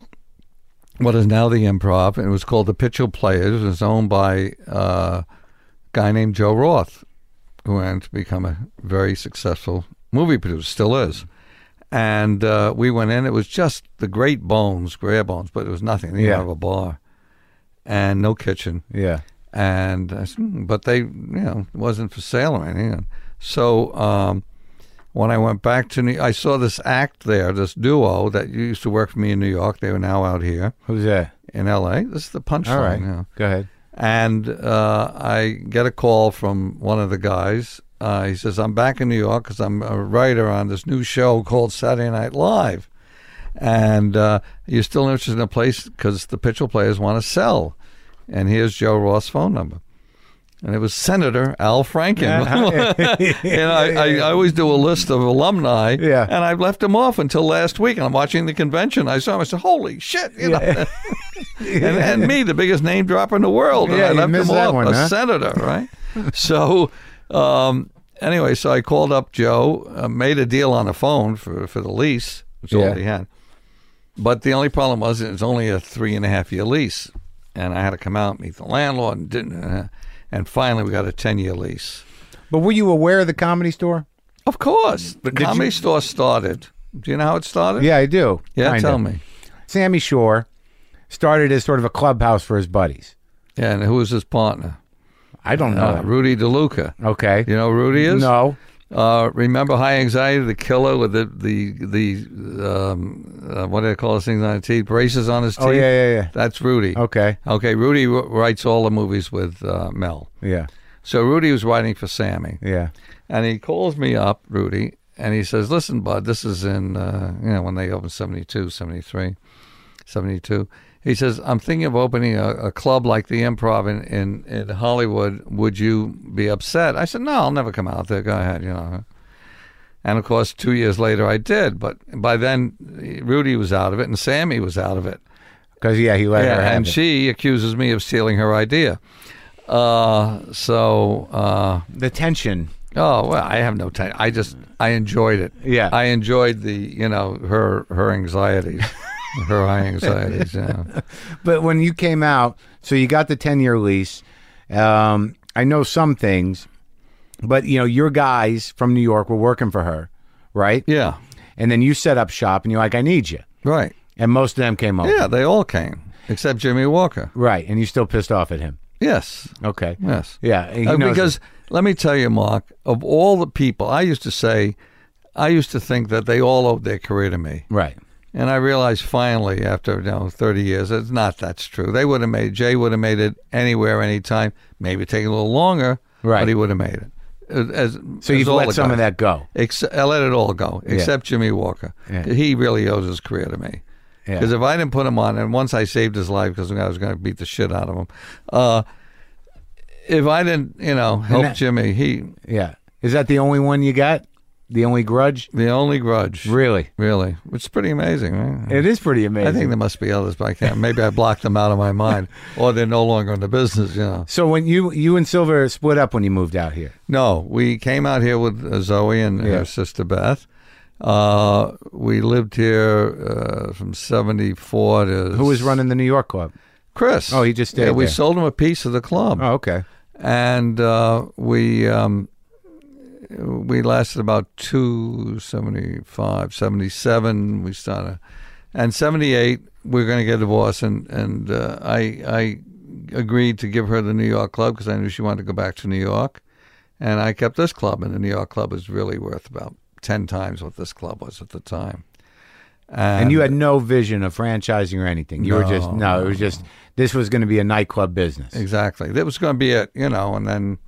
D: what is now the Improv, and it was called the Pitchell Players. It was owned by uh, a guy named Joe Roth, who went on to become a very successful movie producer, still is. And uh, we went in. It was just the great bones, bare bones, but it was nothing. They didn't
A: Yeah.
D: have a bar, and no kitchen.
A: Yeah.
D: And I said, "Hmm," but they, you know, it wasn't for sale or anything. So um, when I went back to New, I saw this act there, this duo that used to work for me in New York. They were now out here
A: Who's that?
D: in L.A. This is the punchline.
A: All right.
D: you know.
A: Go ahead.
D: And uh, I get a call from one of the guys. Uh, he says, I'm back in New York because I'm a writer on this new show called Saturday Night Live. And uh, you're still interested in a place because the Pitchell players want to sell. And here's Joe Ross' phone number. And it was Senator Al Franken. and I, I, I always do a list of alumni.
A: Yeah.
D: And I left him off until last week. And I'm watching the convention. I saw him. I said, Holy shit. You know? and, and me, the biggest name dropper in the world.
A: Yeah, you
D: and I left
A: missed
D: him
A: that
D: off,
A: one,
D: a
A: huh?
D: senator, right? so, um, anyway, so I called up Joe, uh, made a deal on the phone for, for the lease, which is
A: Yeah.
D: all he had. But the only problem was it's only a three and a half year lease, and I had to come out and meet the landlord and didn't. Uh, and finally, we got a ten year lease.
A: But were you aware of the comedy store?
D: Of course, the comedy store started. Do you know how it started?
A: Yeah, I do.
D: yeah.
A: Kinda.
D: Tell me.
A: Sammy Shore started as sort of a clubhouse for his buddies.
D: Yeah, and who was his partner?
A: I don't know.
D: Uh, Rudy DeLuca.
A: okay.
D: You know who Rudy is?
A: No.
D: Uh, remember High Anxiety, the killer with the the the um, uh, what do they call those things on his teeth? Braces on his teeth.
A: Oh yeah, yeah, yeah.
D: That's Rudy.
A: Okay.
D: Okay. Rudy w- writes all the movies with uh, Mel.
A: Yeah.
D: So Rudy was writing for Sammy,
A: Yeah.
D: and he calls me up, Rudy, and he says, "Listen, Bud, this is in uh, you know when they opened 72, 73, 72. He says, "I'm thinking of opening a, a club like the Improv in, in in Hollywood. Would you be upset?" I said, "No, I'll never come out there. Go ahead, you know." And of course, two years later, I did. But by then, Rudy was out of it, and Sammy was out of it.
A: Because yeah, he let her
D: Yeah,
A: have
D: and
A: it.
D: she accuses me of stealing her idea. Uh, so, uh,
A: the tension.
D: oh well, I have no time. I just I enjoyed it.
A: Yeah.
D: I enjoyed the you know her her anxieties, her high anxieties. You know.
A: But when you came out, so you got the ten year lease. Um, I know some things, but you know your guys from New York were working for her, right?
D: Yeah,
A: And then you set up shop, and you're like, I need you.
D: right.
A: And most of them came over.
D: Yeah, they all came except Jimmy Walker.
A: Right. And you still pissed off at him.
D: Yes,
A: Okay.
D: yes.
A: Yeah. he
D: Uh,
A: knows
D: because let me tell you, Mark, of all the people, I used to say, I used to think that they all owed their career to me.
A: it. right.
D: And I realized finally, after you know, 30 years, it's not that's true. They would have made Jay would have made it anywhere, anytime. Maybe take a little longer,
A: Right.
D: But he would have made it. As
A: So you've let some of that go.
D: Except, I let it all go, except Jimmy Walker.
A: Yeah.
D: He really owes his career to me.
A: Yeah.
D: Because if I didn't put him on, and once I saved his life because I was going to beat the shit out of him, uh, if I didn't, you know, help
A: that-
D: Jimmy, he
A: Yeah. Is that the only one you got? The only grudge?
D: the only grudge,
A: Really?
D: really, which is pretty amazing. Right?
A: It is pretty amazing.
D: I think there must be others, but I can't. Maybe I blocked them out of my mind, or they're no longer in the business. You know.
A: so when you you and Silver split up when you moved out here.
D: No, we came out here with uh, Zoe and
A: Yeah.
D: her sister Beth. Uh, we lived here uh, from '74 to
A: Who was running the New York club?
D: Chris.
A: Oh, he just stayed
D: Yeah, we
A: there.
D: sold him a piece of the club,
A: Oh, okay.
D: and uh, we um, we lasted about two seventy-five, seventy-seven. We started, and '78 we were going to get divorced, and and uh, I I agreed to give her the New York club because I knew she wanted to go back to New York, and I kept this club, and the New York club was really worth about ten times what this club was at the time.
A: And you had no vision of franchising or anything. You were just no, it was just this was going to be a nightclub business.
D: Exactly. That was going to be it, you know. And then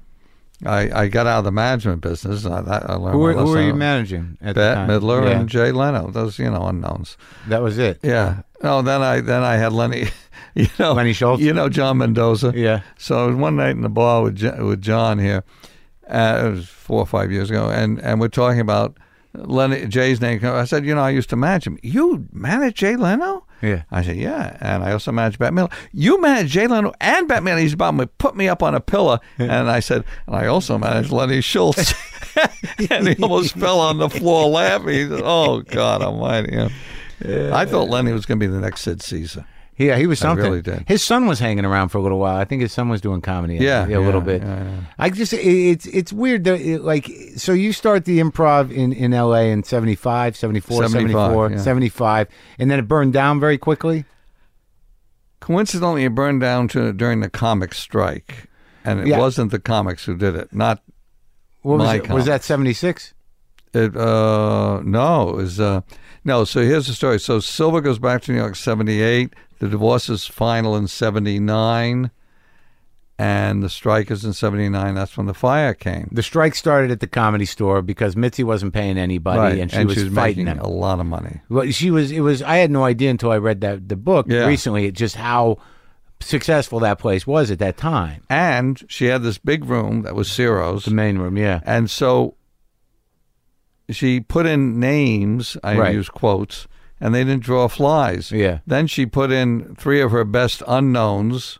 D: I, I got out of the management business. And I, that- I learned
A: Who were,
D: my
A: who were
D: lesson.
A: you managing at the
D: Bette
A: time?
D: Midler
A: Yeah,
D: and Jay Leno. Those, you know, unknowns.
A: that was it.
D: Yeah. No, then I then I had Lenny, you know,
A: Lenny Schultz?
D: you know, John Mendoza.
A: Yeah.
D: So one night in the bar with Jo- with John here, uh, it was four or five years ago, and and we're talking about Lenny Jay's name. I said, you know, I used to manage him. You manage Jay Leno?
A: Yeah.
D: I said, yeah, and I also manage Bat Miller. You manage Jay Leno and Bat Miller. He's about to put me up on a pillow, and I said, and I also manage Lenny Schultz. and he almost fell on the floor laughing. He said, "Oh God Almighty!" Yeah. I thought Lenny was going to be the next Sid Caesar.
A: Yeah, he was
D: I
A: something.
D: really did.
A: His son was hanging around for a little while. I think his son was doing comedy.
D: Yeah,
A: a little
D: yeah,
A: bit.
D: yeah, yeah.
A: I just it, it's it's weird that it, like so you start the improv in in L.A. in 75, 74,
D: 75,
A: 74,
D: yeah.
A: 75, and then it burned down very quickly.
D: Coincidentally, it burned down to during the comic strike, and it
A: Yeah.
D: wasn't the comics who did it. Not
A: What was
D: My
A: it? Was
D: God.
A: that seventy six?
D: it. Uh, no, it was uh, no. So here's the story. So Silva goes back to New York '78. The divorce is final in '79, and the strike is in '79. That's when the fire came.
A: The strike started at the comedy store because Mitzi wasn't paying anybody, and she was
D: she's
A: fighting
D: making
A: them.
D: a lot of money.
A: Well, she was. It was. I had no idea until I read that the book
D: Yeah.
A: recently. It just how successful that place was at that time.
D: And she had this big room that was Ciro's.
A: The main room, yeah.
D: And so she put in names, I
A: Right.
D: use quotes, and they didn't draw flies.
A: Yeah.
D: Then she put in three of her best unknowns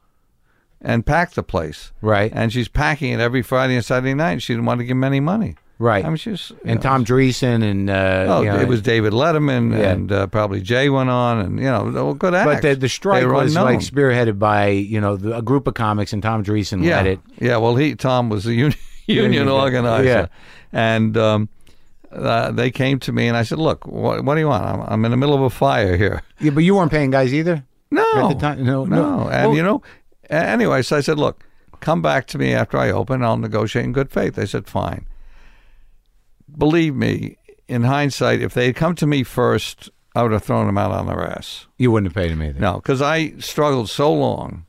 D: and packed the place.
A: Right.
D: And she's packing it every Friday and Saturday night. She didn't want to give him any money.
A: Right.
D: I mean, she was.
A: and Tom Dreesen and uh,
D: Oh,
A: you know,
D: it was David Letterman
A: Yeah.
D: and uh, probably Jay went on, and you know, they were good acts.
A: But the, the strike
D: They were
A: was
D: unknown.
A: like spearheaded by you know the, a group of comics, and Tom Dreesen
D: yeah.
A: led it.
D: Yeah, well, he Tom was the union, union organizer,
A: Yeah.
D: and um, uh, they came to me and I said, "Look, what, what do you want? I'm, I'm in the middle of a fire here."
A: Yeah, but you weren't paying guys either.
D: No,
A: At the time- no, no.
D: And
A: Well-
D: you know, a- anyway, so I said, "Look, come back to me after I open. I'll negotiate in good faith." They said, "Fine." Believe me, in hindsight, if they had come to me first, I would have thrown them out on their ass.
A: You wouldn't have paid him either.
D: No, because I struggled so long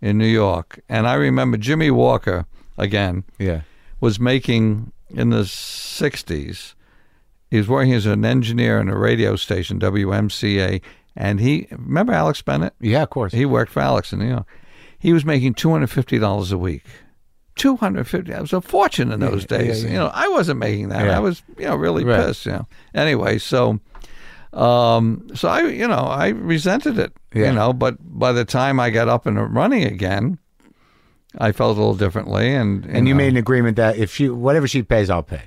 D: in New York, and I remember Jimmy Walker again
A: Yeah.
D: was making in the 60s. He was working as an engineer in a radio station, WMCA. And he, remember Alex Bennett?
A: Yeah, of course.
D: He worked for Alex in New York. He was making $250 a week. 250 It was a fortune in those days. You know, I wasn't making that.
A: Yeah.
D: I was, you know, really
A: Right.
D: pissed, you know. Anyway, so. Um, so I, you know, I resented it,
A: Yeah.
D: you know, but by the time I got up and running again, I felt a little differently. And,
A: and you
D: know,
A: made an agreement that if she whatever she pays, I'll pay.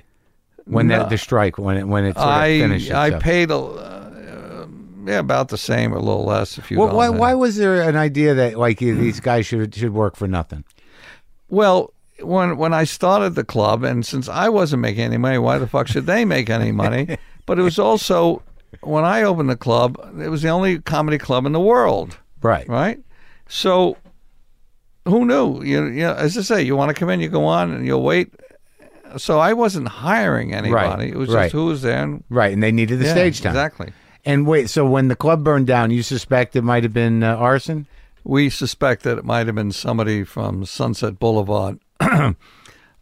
A: When
D: No.
A: that the strike when it when it sort of finishes.
D: I
A: up.
D: paid a, uh, yeah, about the same or a little less if you.
A: Well, why, why was there an idea that like you- these guys should should work for nothing?
D: Well, when when I started the club, and since I wasn't making any money, why the fuck should they make any money? but it was also when I opened the club, it was the only comedy club in the world,
A: Right.
D: right? So, who knew? You, you know, as I say, you want to come in, you go on, and you'll wait. So I wasn't hiring anybody. It was
A: right.
D: just who was there. And,
A: Right. And they needed the
D: Yeah,
A: stage time.
D: Exactly.
A: And wait, so when the club burned down, you suspect it might have been uh, arson?
D: we suspect that it might have been somebody from Sunset Boulevard,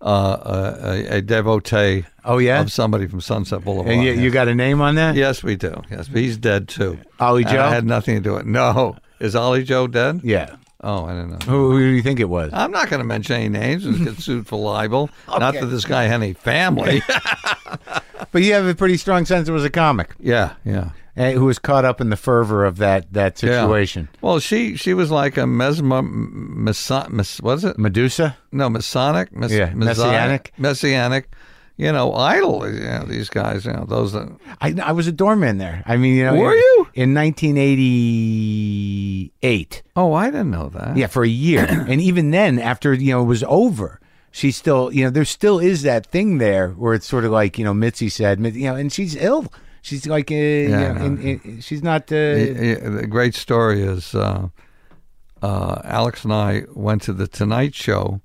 D: uh, a, a devotee
A: Oh yeah.
D: of somebody from Sunset Boulevard.
A: and you, you
D: yes.
A: got a name on that?
D: yes, we do. Yes, but he's dead too.
A: Ollie
D: And
A: Joe?
D: I had nothing to do with it. No, is Ollie Joe dead?
A: Yeah.
D: Oh, I don't know.
A: Who, who do you think it was?
D: I'm not going to mention any names and get sued for libel. Not that this guy had any family.
A: But you have a pretty strong sense it was a comic
D: yeah, yeah.
A: eh, who was caught up in the fervor of that that
D: Yeah.
A: situation.
D: Well, she she was like a mesmer, meso, mes, was it
A: Medusa.
D: No, Masonic, mes-
A: Yeah,
D: Masonic- Messianic. You know, idol. You know, these guys. You know, those. That,
A: I, I was a doorman there. I mean, you know,
D: Were
A: in,
D: you?
A: in 1988?
D: oh, I didn't know that.
A: Yeah, for a year, and even then, after you know it was over, she still, you know, there still is that thing there where it's sort of like you know Mitzi said, Mit- you know, and she's ill. She's like, uh, you
D: Yeah, I
A: know,
D: know.
A: in, in, she's not. Uh,
D: I- I- the great story is uh, uh, Alex and I went to the Tonight Show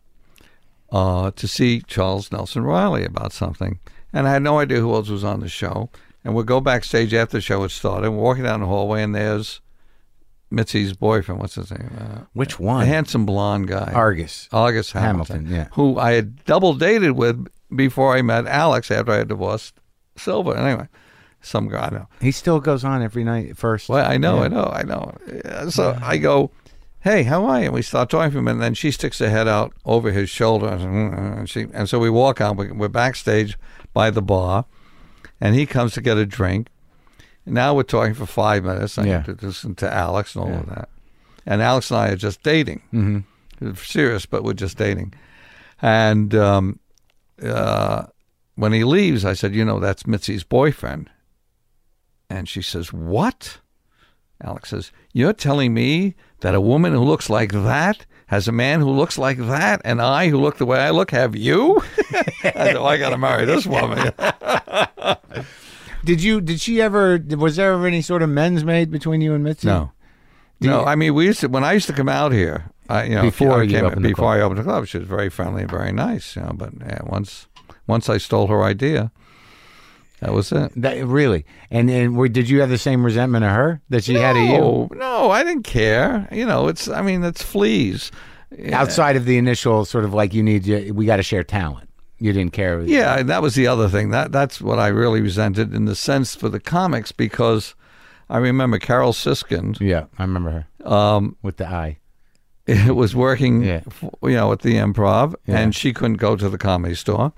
D: uh, to see Charles Nelson Riley about something, and I had no idea who else was on the show. And we go backstage after the show had started. We're walking down the hallway, and there's Mitzi's boyfriend. What's his name? Uh,
A: which
D: a
A: one?
D: handsome blonde guy.
A: Argus.
D: August
A: Hamilton,
D: Hamilton,
A: yeah.
D: who I had double dated with before I met Alex after I had divorced Silva. Anyway, some guy I know.
A: He still goes on every night. First,
D: Well, I know, I know, I know. Yeah, So I go, hey, how are you? And we start talking for a minute, and then she sticks her head out over his shoulder, and she, and so we walk on. We- We're backstage by the bar, and he comes to get a drink. Now we're talking for five minutes. I
A: Yeah.
D: introduce him to Alex and all of that, and Alex and I are just dating. Mm-hmm. Serious, but we're just dating. And um, uh, when he leaves, I said, you know, that's Mitzi's boyfriend. And she says, what? Alex says, You're telling me that a woman who looks like that has a man who looks like that, and I who look the way I look have you? I said, well, I got to marry this woman.
A: Did you? Did she ever? Was there ever any sort of men's made between you and Mitzi?
D: No. no, I mean, we used to, when I used to come out here, I, you know,
B: Before
D: I
B: you
D: came,
B: opened the
D: before
B: club.
D: I opened the club, she was very friendly and very nice, you know, but yeah, once, once I stole her idea, that was it.
A: That really. And and were, did you have the same resentment of her that she had of you?
D: No, no, I didn't care. You know, it's, I mean, it's fleas.
A: Outside of the initial sort of like you need to, we got to share talent. You didn't care.
D: Yeah, and that was the other thing. That that's what I really resented in the sense for the comics because I remember Carol Siskin
A: Yeah, I remember her
D: um,
A: with the eye.
D: was working,
A: Yeah.
D: f you know, at the Improv,
A: Yeah.
D: and she couldn't go to the Comedy Store,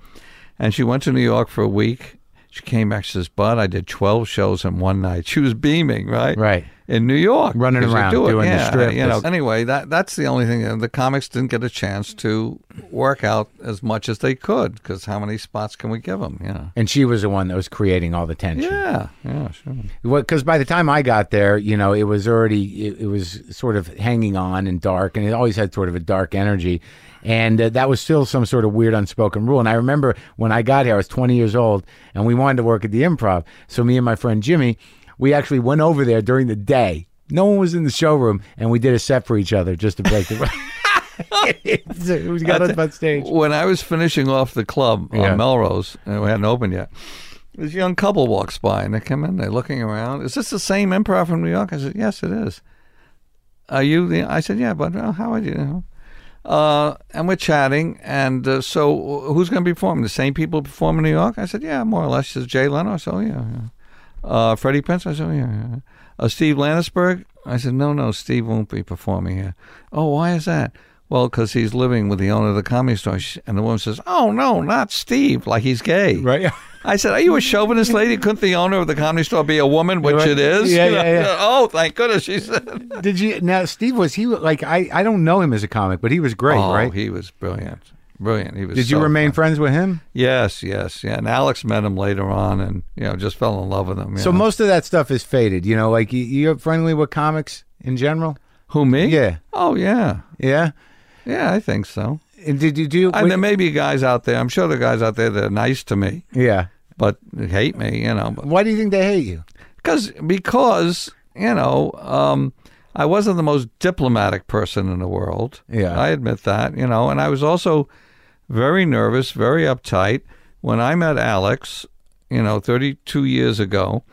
D: and she went to New York for a week. She came back. She says, "Bud, I did twelve shows in one night." She was beaming, right?
A: Right.
D: in New York,
A: Running
D: 'cause you
A: around,
D: do it.
A: doing the
D: yeah,
A: strip.
D: You know, anyway, that that's the only thing. And The comics didn't get a chance to work out as much as they could because how many spots can we give them? You know.
A: And she was the one that was creating all the tension.
D: Yeah, yeah, sure.
A: because by the time I got there, you know, it was already it, it was sort of hanging on and dark, and it always had sort of a dark energy, and uh, that was still some sort of weird unspoken rule. And I remember when I got here, I was 20 years old, and we wanted to work at the Improv. So me and my friend Jimmy, we actually went over there during the day. No one was in the showroom, and we did a set for each other just to break the. we got up on stage.
D: When I was finishing off the club
A: Yeah.
D: on Melrose, and we hadn't opened yet, this young couple walks by and they come in. They're looking around. Is this the same improv from New York? I said, Yes, it is. Are you the? I said, Yeah, but uh, how are you? Uh, and we're chatting. And uh, so, who's going to be performing? The same people perform in New York? I said, Yeah, more or less. She says, Jay Leno. I said, "Oh, yeah. yeah. Uh, Freddie Prinze? I said, "Oh, yeah. yeah. Uh, Steve Landisberg? I said, no, no, Steve won't be performing here. Oh, why is that? Well, because he's living with the owner of the comedy store. She- And the woman says, oh, no, not Steve, like he's gay.
A: Right.
D: I said, are you a chauvinist lady? Couldn't the owner of the comedy store be a woman, which
A: Right.
D: it is?
A: Yeah, yeah, yeah.
D: oh, thank goodness, she said.
A: Did you now, Steve? Was he like I? I don't know him as a comic, but he was great,
D: oh,
A: right?
D: he was brilliant. Brilliant. He was
A: Did you
D: so
A: remain
D: funny.
A: friends with him?
D: Yes, yes, yeah. And Alex met him later on and, you know, just fell in love with him. you
A: So
D: know.
A: most of that stuff is faded. You know, like you, you're friendly with comics in general.
D: Who, me?
A: Yeah.
D: Oh, yeah.
A: Yeah.
D: Yeah, I think so.
A: And did you do?
D: And there may be guys out there. I'm sure there are guys out there that are nice to me,
A: yeah.
D: but hate me. You know,
A: Why do you think they hate you?
D: because because you know, um, I wasn't the most diplomatic person in the world.
A: Yeah.
D: I admit that. You know, and I was also very nervous, very uptight when I met Alex. You know, 32 years ago.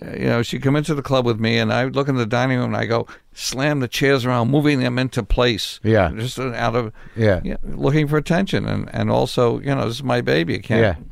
D: uh, You know, she come into the club with me, and I would look in the dining room, and I go slam the chairs around, moving them into place.
A: Yeah.
D: just uh, out of
A: Yeah.
D: yeah, looking for attention, and, and also, you know, this is my baby. It
A: Yeah.
D: can't.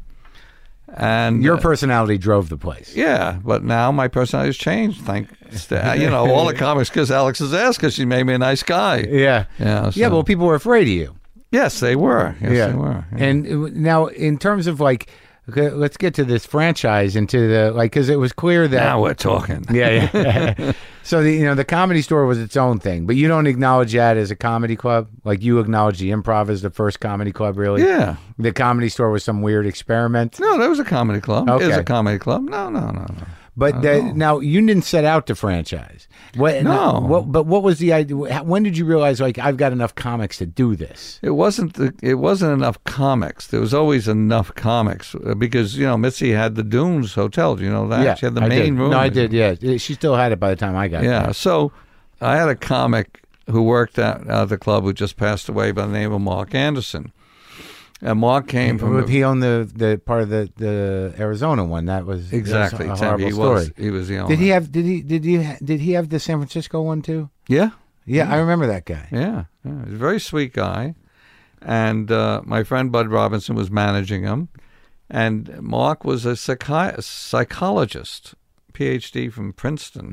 D: And
A: Your
D: uh,
A: personality drove the place.
D: yeah, but now my personality has changed. Thanks, to, uh, you know, all the comics because Alex's ass because she made me a nice guy.
A: Yeah.
D: Yeah,
A: Yeah.
D: so-
A: Well, people were afraid of you.
D: Yes, they were. Yes,
A: yeah.
D: they were. Yeah.
A: And uh, now, in terms of like, okay, let's get to this franchise into the like, because it was clear that
D: now we're talking.
A: yeah, yeah. so the you know the comedy store was its own thing, but you don't acknowledge that as a comedy club. Like you acknowledge the improv as the first comedy club, really.
D: Yeah.
A: The comedy store was some weird experiment,
D: No, that was a comedy club. It is
A: Okay.
D: a comedy club. No, no, no, no.
A: but the, now you didn't set out to franchise. What,
D: No.
A: What, but what was the idea? When did you realize like I've got enough comics to do this?
D: It wasn't. The, it wasn't enough comics. There was always enough comics uh, because you know Mitzi had the Dunes Hotel. Do you know that? she had the
A: I
D: main
A: did.
D: room.
A: No, I did. Yeah, she still had it by the time I got
D: Yeah. So I had a comic who worked at uh, the club who just passed away by the name of Mark Anderson. And Mark came from
A: there.
D: a-
A: He owned the, the part of the, the Arizona one. That was
D: exactly.
A: that was a
D: Tim,
A: horrible
D: he
A: story.
D: was he was the owner.
A: Did he have? Did he? Did he? ha- Did he have the San Francisco one too?
D: yeah,
A: Yeah, I remember that guy.
D: yeah, yeah. He's a very sweet guy, and uh, my friend Bud Robinson was managing him, and Mark was a psychi- psychologist, PhD from Princeton,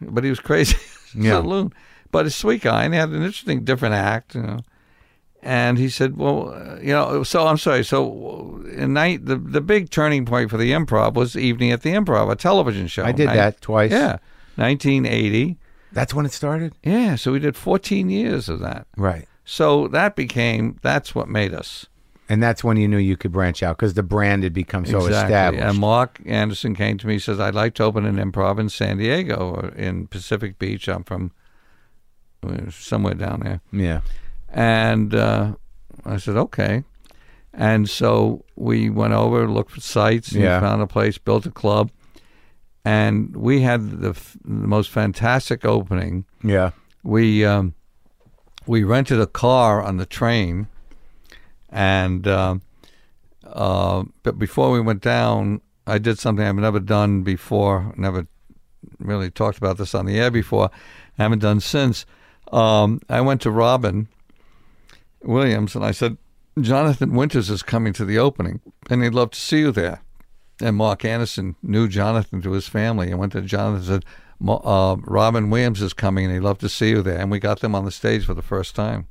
A: Mm-hmm.
D: but he was crazy, yeah, loon. But a sweet guy, and he had an interesting, different act, you know. and he said, "Well, uh, you know, so I'm sorry. So, uh, in night the the big turning point for the improv was Evening at the Improv, a television show.
A: I did
D: Nin-
A: that twice.
D: Oh, Yeah, 1980.
A: That's when it started.
D: Yeah, so we did 14 years of that.
A: Right.
D: So that became that's what made us.
A: And that's when you knew you could branch out because the brand had become so established.
D: And Mark Anderson came to me says, "I'd like to open an improv in San Diego or in Pacific Beach. I'm from uh, somewhere down there."
A: yeah.
D: And uh, I said, "Okay." And so we went over, looked for sites, and
A: Yeah.
D: found a place, built a club, and we had the, f- the most fantastic opening.
A: Yeah.
D: we um, we rented a car on the train, and um uh, but before we went down, I did something I've never done before, never really talked about this on the air before, haven't done since. Um, I went to Robin Williams and I said, Jonathan Winters is coming to the opening, and he'd love to see you there. And Mark Anderson knew Jonathan to his family and went to Jonathan and said, "Mo- uh, Robin Williams is coming and he'd love to see you there. And we got them on the stage for the first time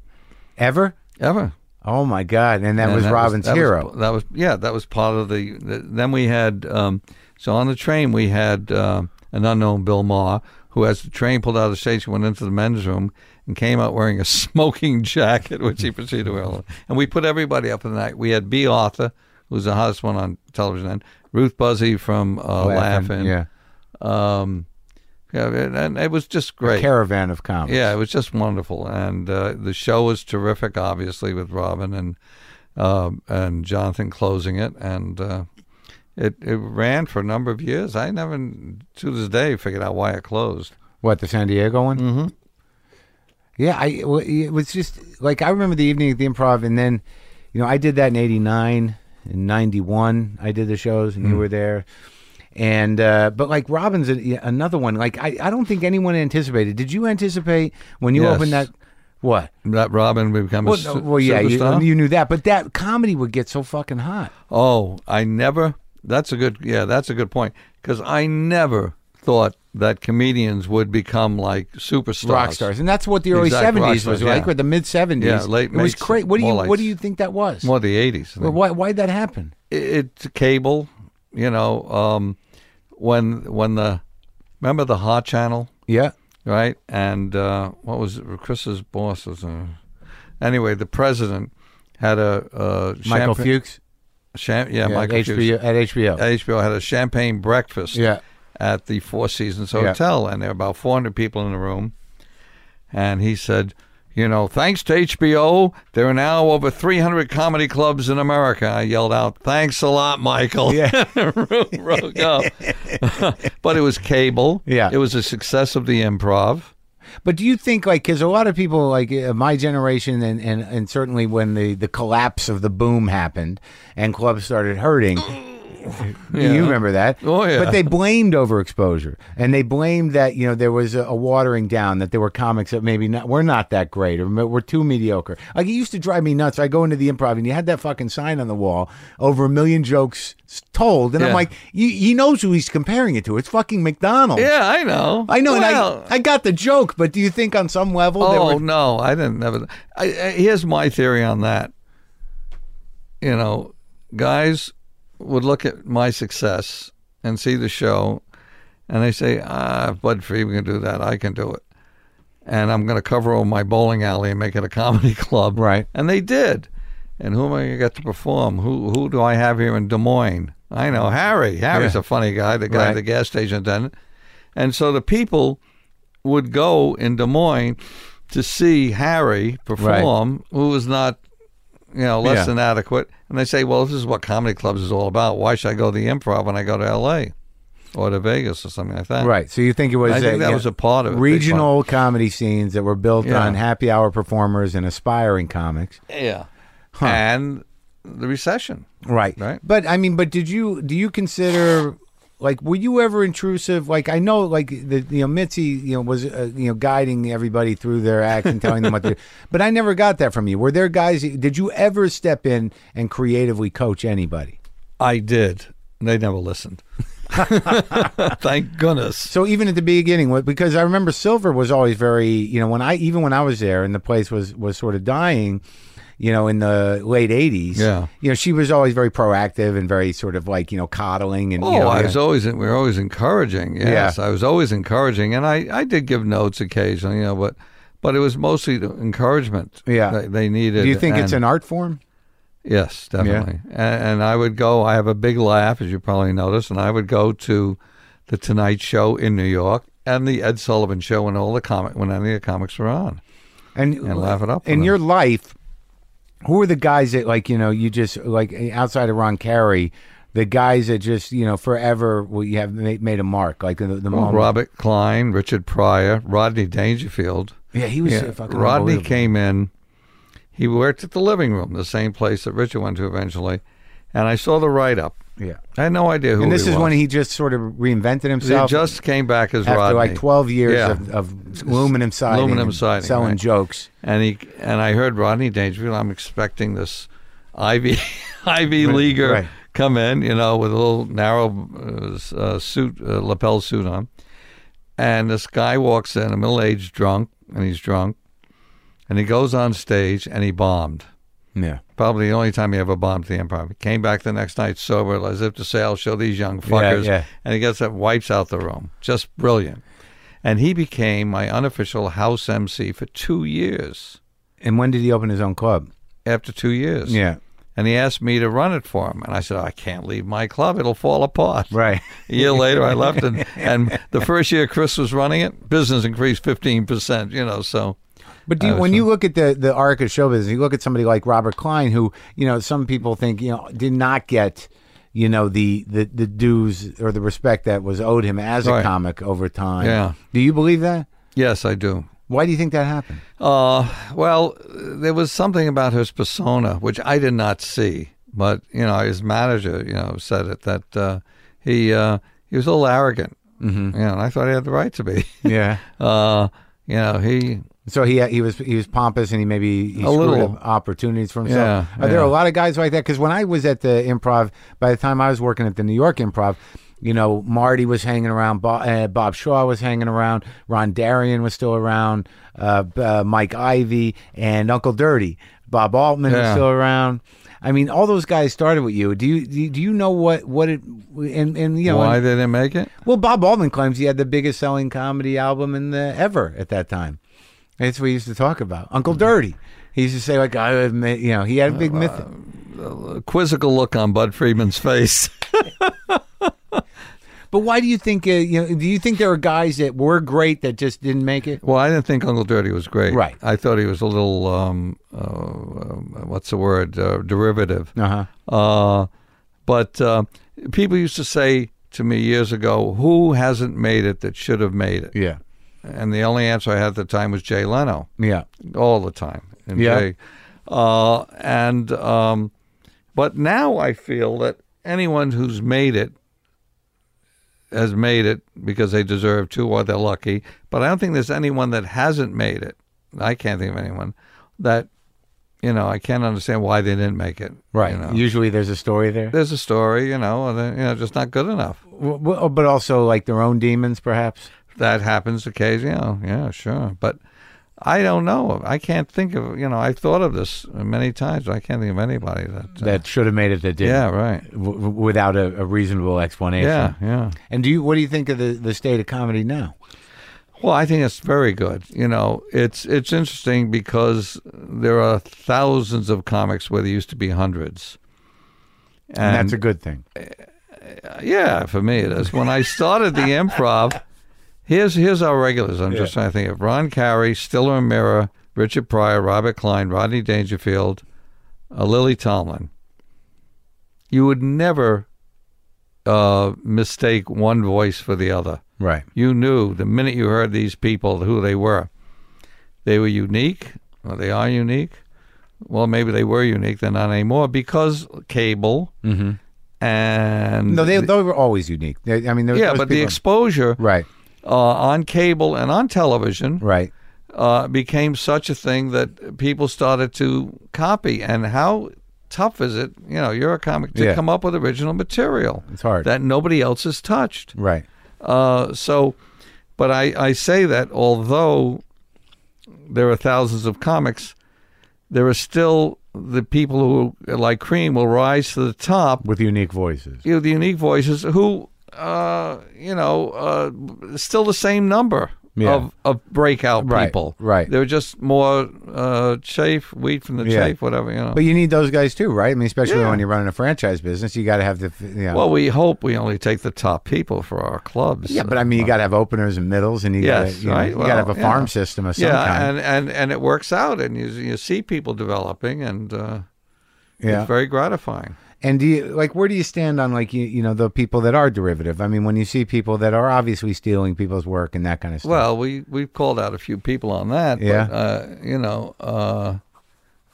A: Ever?
D: ever.
A: Oh my God! And that
D: And
A: was Robin's
D: that was-
A: hero.
D: that was yeah, that was part of the. the then we had um, so on the train we had uh, an unknown Bill Maher who, as the train pulled out of the station, went into the men's room and came out wearing a smoking jacket, which he proceeded to wear. And we put everybody up for the night. We had B. Arthur, who was the hottest one on television, then Ruth Buzzy from uh, Laughing.
A: Yeah.
D: Um, yeah, and- and it was just great.
A: Caravan of comedy.
D: Yeah, it was just wonderful, and uh, the show was terrific. Obviously, with Robin and um and Jonathan closing it, and uh, it it ran for a number of years. I never, to this day, figured out why it closed.
A: What the San Diego one? Mm-hmm. Yeah, I well, it was just like I remember the evening at the Improv, and then you know I did that in '89 and '91. I did the shows,
D: Mm.
A: and you were there. And uh, but like Robin's a, yeah, another one. Like I, I don't think anyone anticipated. Did you anticipate when you
D: Yes.
A: opened that? What?
D: That Robin would become a
A: Well,
D: su-
A: no, well yeah, you,
D: superstar?
A: you knew that, but that comedy would get so fucking hot.
D: Oh, I never. That's a good. Yeah, that's a good point. Because I never thought that comedians would become like superstars.
A: rock stars, and that's what the early
D: Exact rock
A: '70s was
D: stars,
A: like,
D: yeah.
A: or the mid '70s.
D: Yeah, late
A: It was
D: mates,
A: crazy. What do you
D: more lights.
A: What do you think that was?
D: More the eighties.
A: Well, why Why'd that happen?
D: it's cable, you know, um, when when the remember the Hot Channel,
A: Yeah,
D: right? And uh, what was it? Chris's boss was uh, anyway. The president had a, uh
A: Michael
D: champa-
A: Fuchs.
D: cham- yeah,
A: Yeah,
D: Michael
A: at HBO,
D: Fuchs.
A: at HBO.
D: At HBO had a champagne breakfast
A: yeah,
D: at the Four Seasons
A: Yeah.
D: Hotel, and there were about 400 people in the room. And he said, You know, thanks to HBO, there are now over 300 comedy clubs in America. I yelled out, Thanks a lot, Michael. Yeah. Broke up. but it was cable.
A: Yeah.
D: It was a success of the improv.
A: but do you think like because a lot of people like uh, my generation and, and and certainly when the the collapse of the boom happened and clubs started hurting. You remember that?
D: Oh, yeah.
A: But they blamed overexposure, and they blamed that you know there was a, a watering down, that there were comics that maybe not were not that great, or me- were too mediocre. Like it used to drive me nuts. I go into the improv, and you had that fucking sign on the wall over a million jokes s- told, and I'm
D: Yeah.
A: like, he, he knows who he's comparing it to. It's fucking McDonald's.
D: Yeah, I know.
A: I know,
D: Well,
A: and I, I got the joke, but do you think on some level they
D: Oh
A: were
D: no, I didn't never. I, I, here's my theory on that. You know, guys would look at my success and see the show, and they say, "Ah, Bud Friedman can do that. I can do it." And I'm going to cover over my bowling alley and make it a comedy club,
A: Right.
D: And they did. And who am I going to get to perform? Who who do I have here in Des Moines? I know Harry. Harry's a funny guy, the guy
A: Right.
D: at the gas station attendant. And so the people would go in Des Moines to see Harry perform, who was not, you know, less
A: Yeah.
D: than adequate. And they say, well, this is what comedy clubs is all about. Why should I go to the improv when I go to L.A. or to Vegas or something like that?
A: right? So you think it was
D: I think
A: uh,
D: that
A: yeah,
D: was a part of it, big
A: regional comedy scenes that were built
D: Yeah.
A: on happy hour performers and aspiring comics,
D: Yeah. And the recession.
A: right?
D: Right.
A: But I mean, but did you do you consider like were you ever intrusive? Like I know like the you know Mitzi you know was uh, you know guiding everybody through their acts and telling them what to do, but I never got that from you. Were there guys? Did you ever step in and creatively coach anybody?
D: I did. They never listened. Thank goodness.
A: So even at the beginning, what- because I remember Silver was always very, you know, when I even when I was there and the place was was sort of dying, you know, in the late '80s.
D: Yeah.
A: you know, she was always very proactive and very sort of like you know coddling and.
D: Oh,
A: you know,
D: I
A: yeah.
D: was always we were always encouraging. Yes, I was always encouraging, and I, I did give notes occasionally, you know, but but it was mostly the encouragement.
A: Yeah.
D: that they needed.
A: Do you think it's
D: and-
A: an art form?
D: Yes, definitely. And, and I would go. I have a big laugh, as you probably noticed, and I would go to the Tonight Show in New York and the Ed Sullivan Show when all the comic when any of the comics were on.
A: and,
D: And laugh it up with
A: In
D: them.
A: your life, who are the guys that like you know you just like outside of Ron Carey, the guys that just you know forever will you have made, made a mark like the,
D: Oh,
A: the moment.
D: Robert Klein, Richard Pryor, Rodney Dangerfield.
A: Yeah, he was
D: Yeah,
A: uh, fucking
D: Rodney
A: unbelievable.
D: came in. He worked at the living room, the same place that Richard went to eventually. And I saw the write up.
A: Yeah,
D: I had no idea who.
A: and this
D: he
A: is
D: was.
A: when he just sort of reinvented
D: He
A: himself.
D: just came back as
A: after
D: Rodney.
A: like 12 years
D: Yeah.
A: of, of aluminum siding,
D: Aluminum
A: and
D: siding,
A: selling
D: right.
A: jokes.
D: and he and I heard Rodney Dangerfield. I'm expecting this Ivy Ivy leaguer
A: right.
D: come in, you know, with a little narrow uh, s- uh, suit, uh, lapel suit on, and this guy walks in, a middle aged drunk, and he's drunk, and he goes on stage and he bombed.
A: Yeah,
D: Probably the only time he ever bombed the Empire. He came back the next night sober, as if to say, "I'll show these young fuckers."
A: yeah.
D: And he gets up, wipes out the room. Just brilliant. And he became my unofficial house MC for two years
A: and when did he open his own club?
D: after two years.
A: Yeah,
D: And he asked me to run it for him. And I said, "Oh, I can't leave my club. It'll fall apart.
A: right.
D: A year later, I left. And, and the first year Chris was running it, business increased 15%, you know, so.
A: But do you,
D: Uh,
A: when
D: so-
A: you look at the the arc of show business, you look at somebody like Robert Klein, who you know some people think you know did not get you know the the, the dues or the respect that was owed him as a
D: Right.
A: comic over time.
D: Yeah.
A: Do you believe that?
D: Yes, I do.
A: Why do you think that happened?
D: Uh, well, there was something about his persona which I did not see, but you know, his manager, you know, said it that uh, he uh, he was a little arrogant. Mm-hmm. You know, and I thought he had the right to be.
A: Yeah.
D: uh, you know, he
A: So he he was he was pompous and he maybe he
D: A
A: screwed
D: little.
A: up opportunities for himself.
D: Yeah,
A: Are there
D: yeah.
A: a lot of guys like that? Because when I was at the Improv, by the time I was working at the New York Improv, you know Marty was hanging around, Bob, uh, Bob Shaw was hanging around, Ron Darien was still around, uh, B- uh, Mike Ivy and Uncle Dirty, Bob Altman was
D: Yeah.
A: still around. I mean, all those guys started with you. Do you do you- do you know what what it and and you know
D: why
A: and-
D: they didn't make it.
A: well, Bob Altman claims he had the biggest selling comedy album in the ever at that time. That's what he used to talk about. Uncle
D: Mm-hmm.
A: Dirty. He used to say like I admit, you know, he had a
D: Uh,
A: big myth.
D: A quizzical look on Bud Friedman's face.
A: But why do you think uh, you know, do you think there were guys that were great that just didn't make it?
D: Well, I didn't think Uncle Dirty was great.
A: Right.
D: I thought he was a little, um, uh, um, what's the word, uh, derivative.
A: Uh-huh.
D: Uh, but uh, people used to say to me years ago, who hasn't made it that should have made it?
A: Yeah.
D: And the only answer I had at the time was Jay Leno,
A: Yeah.
D: all the time. And
A: Yeah.
D: Jay, uh, and um, but now I feel that anyone who's made it has made it because they deserve to or they're lucky. But I don't think there's anyone that hasn't made it. I can't think of anyone that you know. I can't understand why they didn't make it.
A: Right.
D: You know?
A: Usually there's a story there. Uh,
D: there's a story, you know, and they're, you know, just not good enough.
A: W- w- oh, but also like their own demons perhaps.
D: That happens occasionally. You know, yeah, sure. But I don't know. I can't think of. You know, I thought of this many times. but I can't think of anybody that. uh,
A: That should have made it that didn't.
D: yeah. Right.
A: W- w- without a, a reasonable explanation.
D: Yeah. Yeah.
A: And do you what do you think of the, the state of comedy now?
D: Well, I think it's very good. You know, it's it's interesting because there are thousands of comics where there used to be hundreds.
A: And, that's a good thing.
D: Yeah, for me it is. When I started the improv, here's here's our regulars. I'm just
A: Yeah.
D: trying to think of Ron Carey, Stiller and Mirror, Richard Pryor, Robert Klein, Rodney Dangerfield, uh, Lily Tomlin. You would never uh, mistake one voice for the other.
A: Right.
D: You knew the minute you heard these people who they were. They were unique, or they are unique. Well, maybe they were unique, they're not anymore because cable and
A: Mm-hmm. No, they, they were always unique. They- I mean, there,
D: yeah,
A: those
D: but the
A: people-
D: exposure
A: right,
D: uh, on cable and on television
A: right,
D: uh, became such a thing that people started to copy. And how tough is it? You know, you're a comic to
A: Yeah.
D: come up with original material.
A: It's hard.
D: that nobody else has touched.
A: right.
D: Uh, so, but I, I say that although there are thousands of comics, there are still the people who, like Cream, will rise to the top
A: With unique voices.
D: you know, the unique voices who, uh, you know, uh, still the same number.
A: Yeah.
D: of, of breakout
A: Right,
D: people.
A: right.
D: They were just more uh, chafe, wheat from the
A: Yeah.
D: chafe, whatever, you know.
A: But you need those guys too, right? I mean, especially
D: Yeah.
A: when you're running a franchise business, you got to have the. f- You know,
D: well, we hope we only take the top people for our clubs.
A: yeah, but I mean, you got to have openers and middles, and you got
D: Yes,
A: to you know,
D: right,
A: you gotta have
D: well,
A: a farm
D: yeah.
A: system of some
D: yeah,
A: kind.
D: and, and, and it works out, and you, you see people developing, and uh,
A: yeah,
D: it's very gratifying.
A: And do you like where do you stand on like you, you know the people that are derivative? I mean, when you see people that are obviously stealing people's work and that kind of stuff.
D: Well, we we've called out a few people on that.
A: Yeah.
D: But, uh, you know, uh,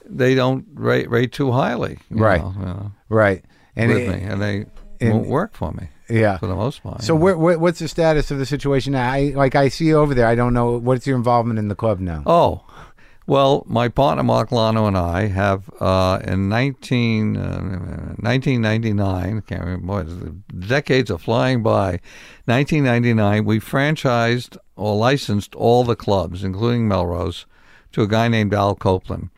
D: they don't rate rate too highly. you
A: Right.
D: know, you know,
A: right. And
D: with
A: it-
D: me, and they
A: and-
D: won't work for me
A: yeah.
D: for the most part.
A: So
D: you know.
A: where, where, what's the status of the situation? now? I like I see you over there. I don't know what's your involvement in the club now.
D: Oh, well, my partner Mark Lano and I have uh, in 19, uh, 1999, can't remember, boy, the decades are flying by. 1999, we franchised or licensed all the clubs, including Melrose, to a guy named Al Copeland.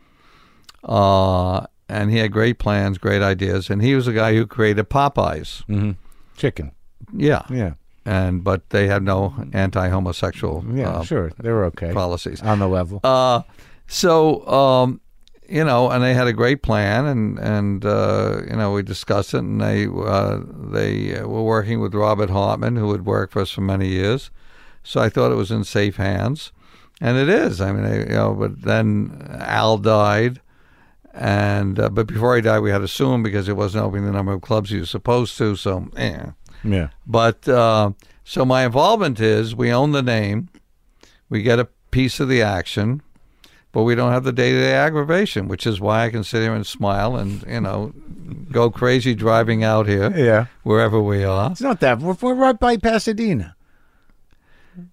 D: Uh, and he had great plans, great ideas, and he was the guy who created Popeyes.
A: Chicken.
D: Yeah,
A: Yeah.
D: and but they had no anti-homosexual
A: Mm-hmm. Yeah.
D: uh,
A: sure. They were okay
D: policies.
A: on the level.
D: Uh, so um, you know, and they had a great plan, and and uh, you know we discussed it, and they uh, they uh, were working with Robert Hartman, who had worked for us for many years. So I thought it was in safe hands, and it is. I mean, they, you know, but then Al died. And uh, but before he died, we had to sue him because it wasn't opening the number of clubs he was supposed to. So, eh.
A: yeah.
D: But uh, so my involvement is we own the name, we get a piece of the action, but we don't have the day to day aggravation, which is why I can sit here and smile and, you know, go crazy driving out here,
A: Yeah.
D: wherever we are.
A: It's not that. We're, we're right by Pasadena.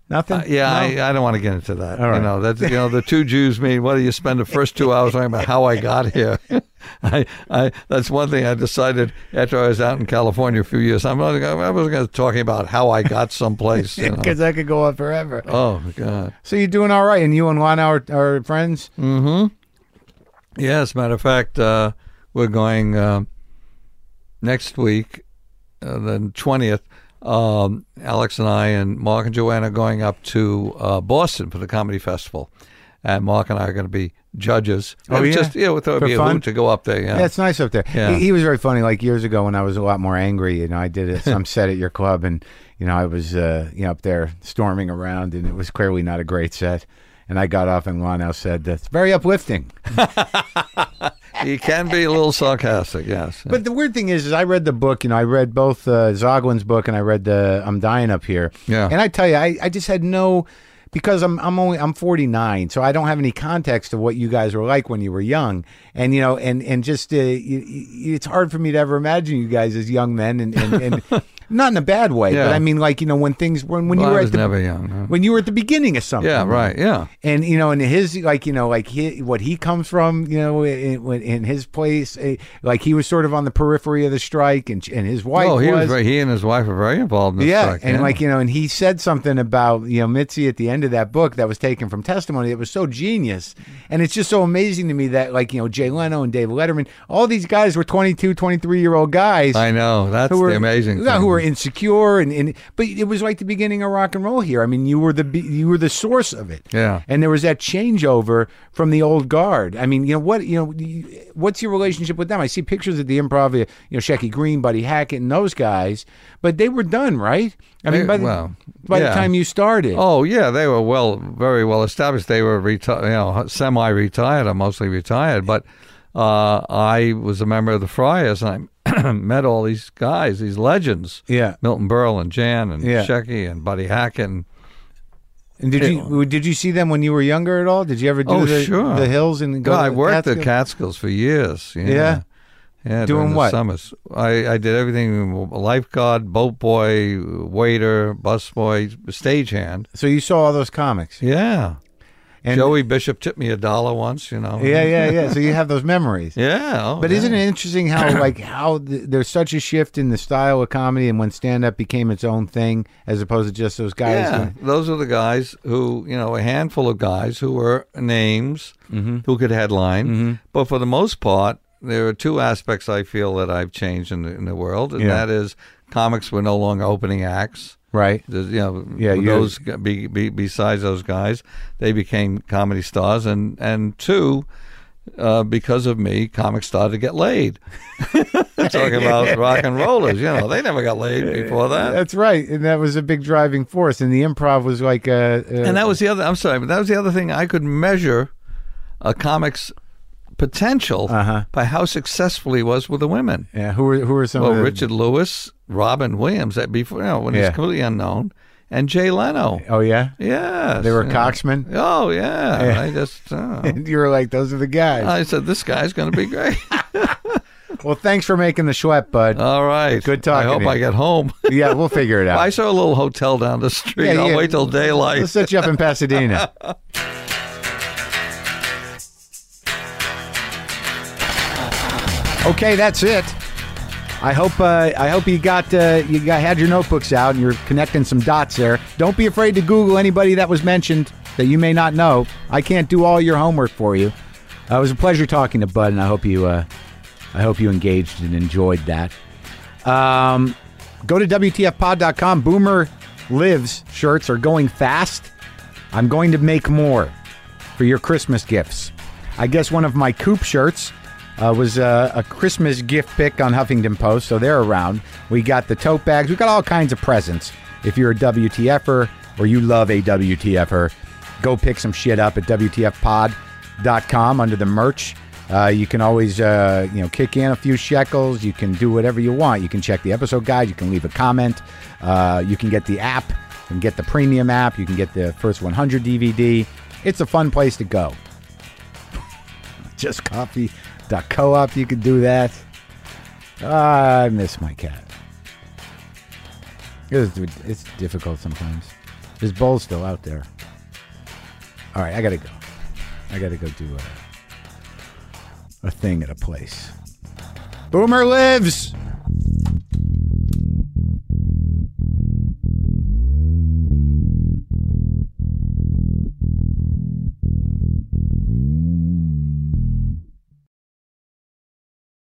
A: Nothing.
D: Uh, yeah,
A: No?
D: I, I don't want to get into that.
A: All right.
D: You know, that's you know the two Jews mean. What do you spend the first two hours talking about how I got here? I, I that's one thing I decided after I was out in California a few years. I'm not. gonna- I wasn't going to talk about how I got someplace. You know.
A: Because I could go on forever.
D: Oh God.
A: So you're doing all right, and you and Lana are, are friends.
D: Yeah, as a matter of fact, uh, we're going uh, next week, uh, the twentieth. Um, Alex and I and Mark and Joanna are going up to uh, Boston for the comedy festival, and Mark and I are going to be judges.
A: Oh,
D: It was
A: yeah?
D: just yeah, we thought
A: For
D: it'd be a
A: fun?
D: hoot to go up there. Yeah,
A: That's nice up there.
D: Yeah.
A: He, he was very funny. Like years ago, when I was a lot more angry, you know, I did a, some set at your club, and you know, I was uh, you know up there storming around, and it was clearly not a great set. And I got off, and Lano said, "That's very uplifting."
D: you can be a little sarcastic. Yes,
A: But the weird thing is, is I read the book. You know, I read both uh, Zoglin's book and I read the "I'm Dying Up Here."
D: Yeah.
A: And I tell you, I, I just had no because I'm I'm only I'm 49, so I don't have any context of what you guys were like when you were young. And you know, and and just uh, you, you, it's hard for me to ever imagine you guys as young men, and and, and not in a bad way,
D: Yeah.
A: but I mean, like you know, when things when when
D: Well,
A: you were
D: I
A: at
D: was
A: the Mm-hmm.
D: never young. huh?
A: when you were at the beginning of something,
D: Yeah, right. Yeah.
A: and you know, and his like you know, like he, what he comes from, you know, in, in his place, eh, like he was sort of on the periphery of the strike, and and his wife
D: oh, he
A: was,
D: was. very, he and his wife were very involved in this
A: yeah,
D: strike,
A: and like you know, and he said something about you know Mitzi at the end of that book that was taken from testimony. It was so genius, and it's just so amazing to me that like you know Jay Leno and Dave Letterman, all these guys were 22, 23 year old guys.
D: I know that's
A: who were
D: the amazing.
A: yeah, who
D: thing.
A: were insecure and, and but it was like the beginning of rock and roll here. I mean, you were the be- you were the source of it.
D: Yeah.
A: and there was that changeover from the old guard. I mean, you know what you know, you- what's your relationship with them? I see pictures of the improv, you know, Shecky Green, Buddy Hackett, and those guys, but they were done, right? I mean,
D: They-
A: by the,
D: well,
A: by the
D: yeah.
A: time you started,
D: Oh yeah, they were well, very well established. They were reti- you know, semi-retired or mostly retired. But uh, I was a member of the Friars, and I met all these guys, these legends.
A: yeah.
D: Milton Berle and Jan and
A: Yeah.
D: Shecky and Buddy Hackett. And,
A: And did you did you see them when you were younger at all? Did you ever do
D: Oh,
A: the,
D: sure.
A: the hills and go?
D: God,
A: to
D: I
A: the
D: worked at
A: Catskill?
D: Catskills for years. Yeah.
A: Yeah?
D: Yeah,
A: Doing
D: during the
A: what?
D: Summers. I, I did everything: lifeguard, boat boy, waiter, busboy, stagehand.
A: So you saw all those comics,
D: Yeah,
A: and
D: Joey Bishop tipped me a dollar once. You know.
A: yeah, yeah, yeah. So you have those memories.
D: Yeah. oh,
A: But
D: yeah.
A: isn't it interesting how like how th- there's such a shift in the style of comedy and when stand up became its own thing as opposed to just those guys.
D: Yeah,
A: doing-
D: those are the guys who you know a handful of guys who were names
A: Mm-hmm.
D: who could headline, but for the most part, there are two aspects I feel that I've changed in the, in the world, and
A: Yeah.
D: that is comics were no longer opening acts.
A: Right.
D: There's, you know,
A: Yeah, you-
D: those gu- be, be, besides those guys, they became comedy stars, and and two, uh, because of me, comics started to get laid. Talking about rock and rollers, you know, they never got laid before that.
A: That's right, and that was a big driving force. And the improv was like a, a
D: And that was the other. I'm sorry, but that was the other thing I could measure a comic's potential
A: Uh-huh.
D: by how successful he was with the women.
A: yeah. Who were who were some
D: Well,
A: of the,
D: Richard Lewis, Robin Williams, that before, you know, when
A: Yeah.
D: he's completely unknown, and Jay Leno.
A: Oh yeah,
D: Yeah,
A: they were cocksmen.
D: Oh yeah, I just uh,
A: And you were like, those are the guys.
D: I said this guy's going to be great.
A: well, thanks for making the schlepp, bud.
D: All right,
A: Good talking
D: I hope
A: to you.
D: I get home.
A: yeah, we'll figure it out.
D: I saw a little hotel down the street.
A: Yeah,
D: I'll
A: yeah.
D: wait till daylight.
A: Let's set you up in Pasadena. okay, that's it. I hope uh, I hope you got uh, you got had your notebooks out and you're connecting some dots there. Don't be afraid to Google anybody that was mentioned that you may not know. I can't do all your homework for you. Uh, it was a pleasure talking to Bud, and I hope you uh, I hope you engaged and enjoyed that. Um, go to WTFpod.com. Boomer Lives shirts are going fast. I'm going to make more for your Christmas gifts. I guess one of my Coop shirts uh, was uh, a Christmas gift pick on Huffington Post, so they're around. We got the tote bags. We got all kinds of presents. If you're a WTFer or you love a WTFer, go pick some shit up at WTFpod.com under the merch. Uh, you can always, uh, you know, kick in a few shekels. You can do whatever you want. You can check the episode guide. You can leave a comment. Uh, you can get the app. You can get the premium app. You can get the first 100 DVD. It's a fun place to go. Just coffee.coop. You can do that. Ah, I miss my cat. It's, it's difficult sometimes. His bowl's still out there. All right, I gotta go. I gotta go do a, a thing at a place. Boomer lives.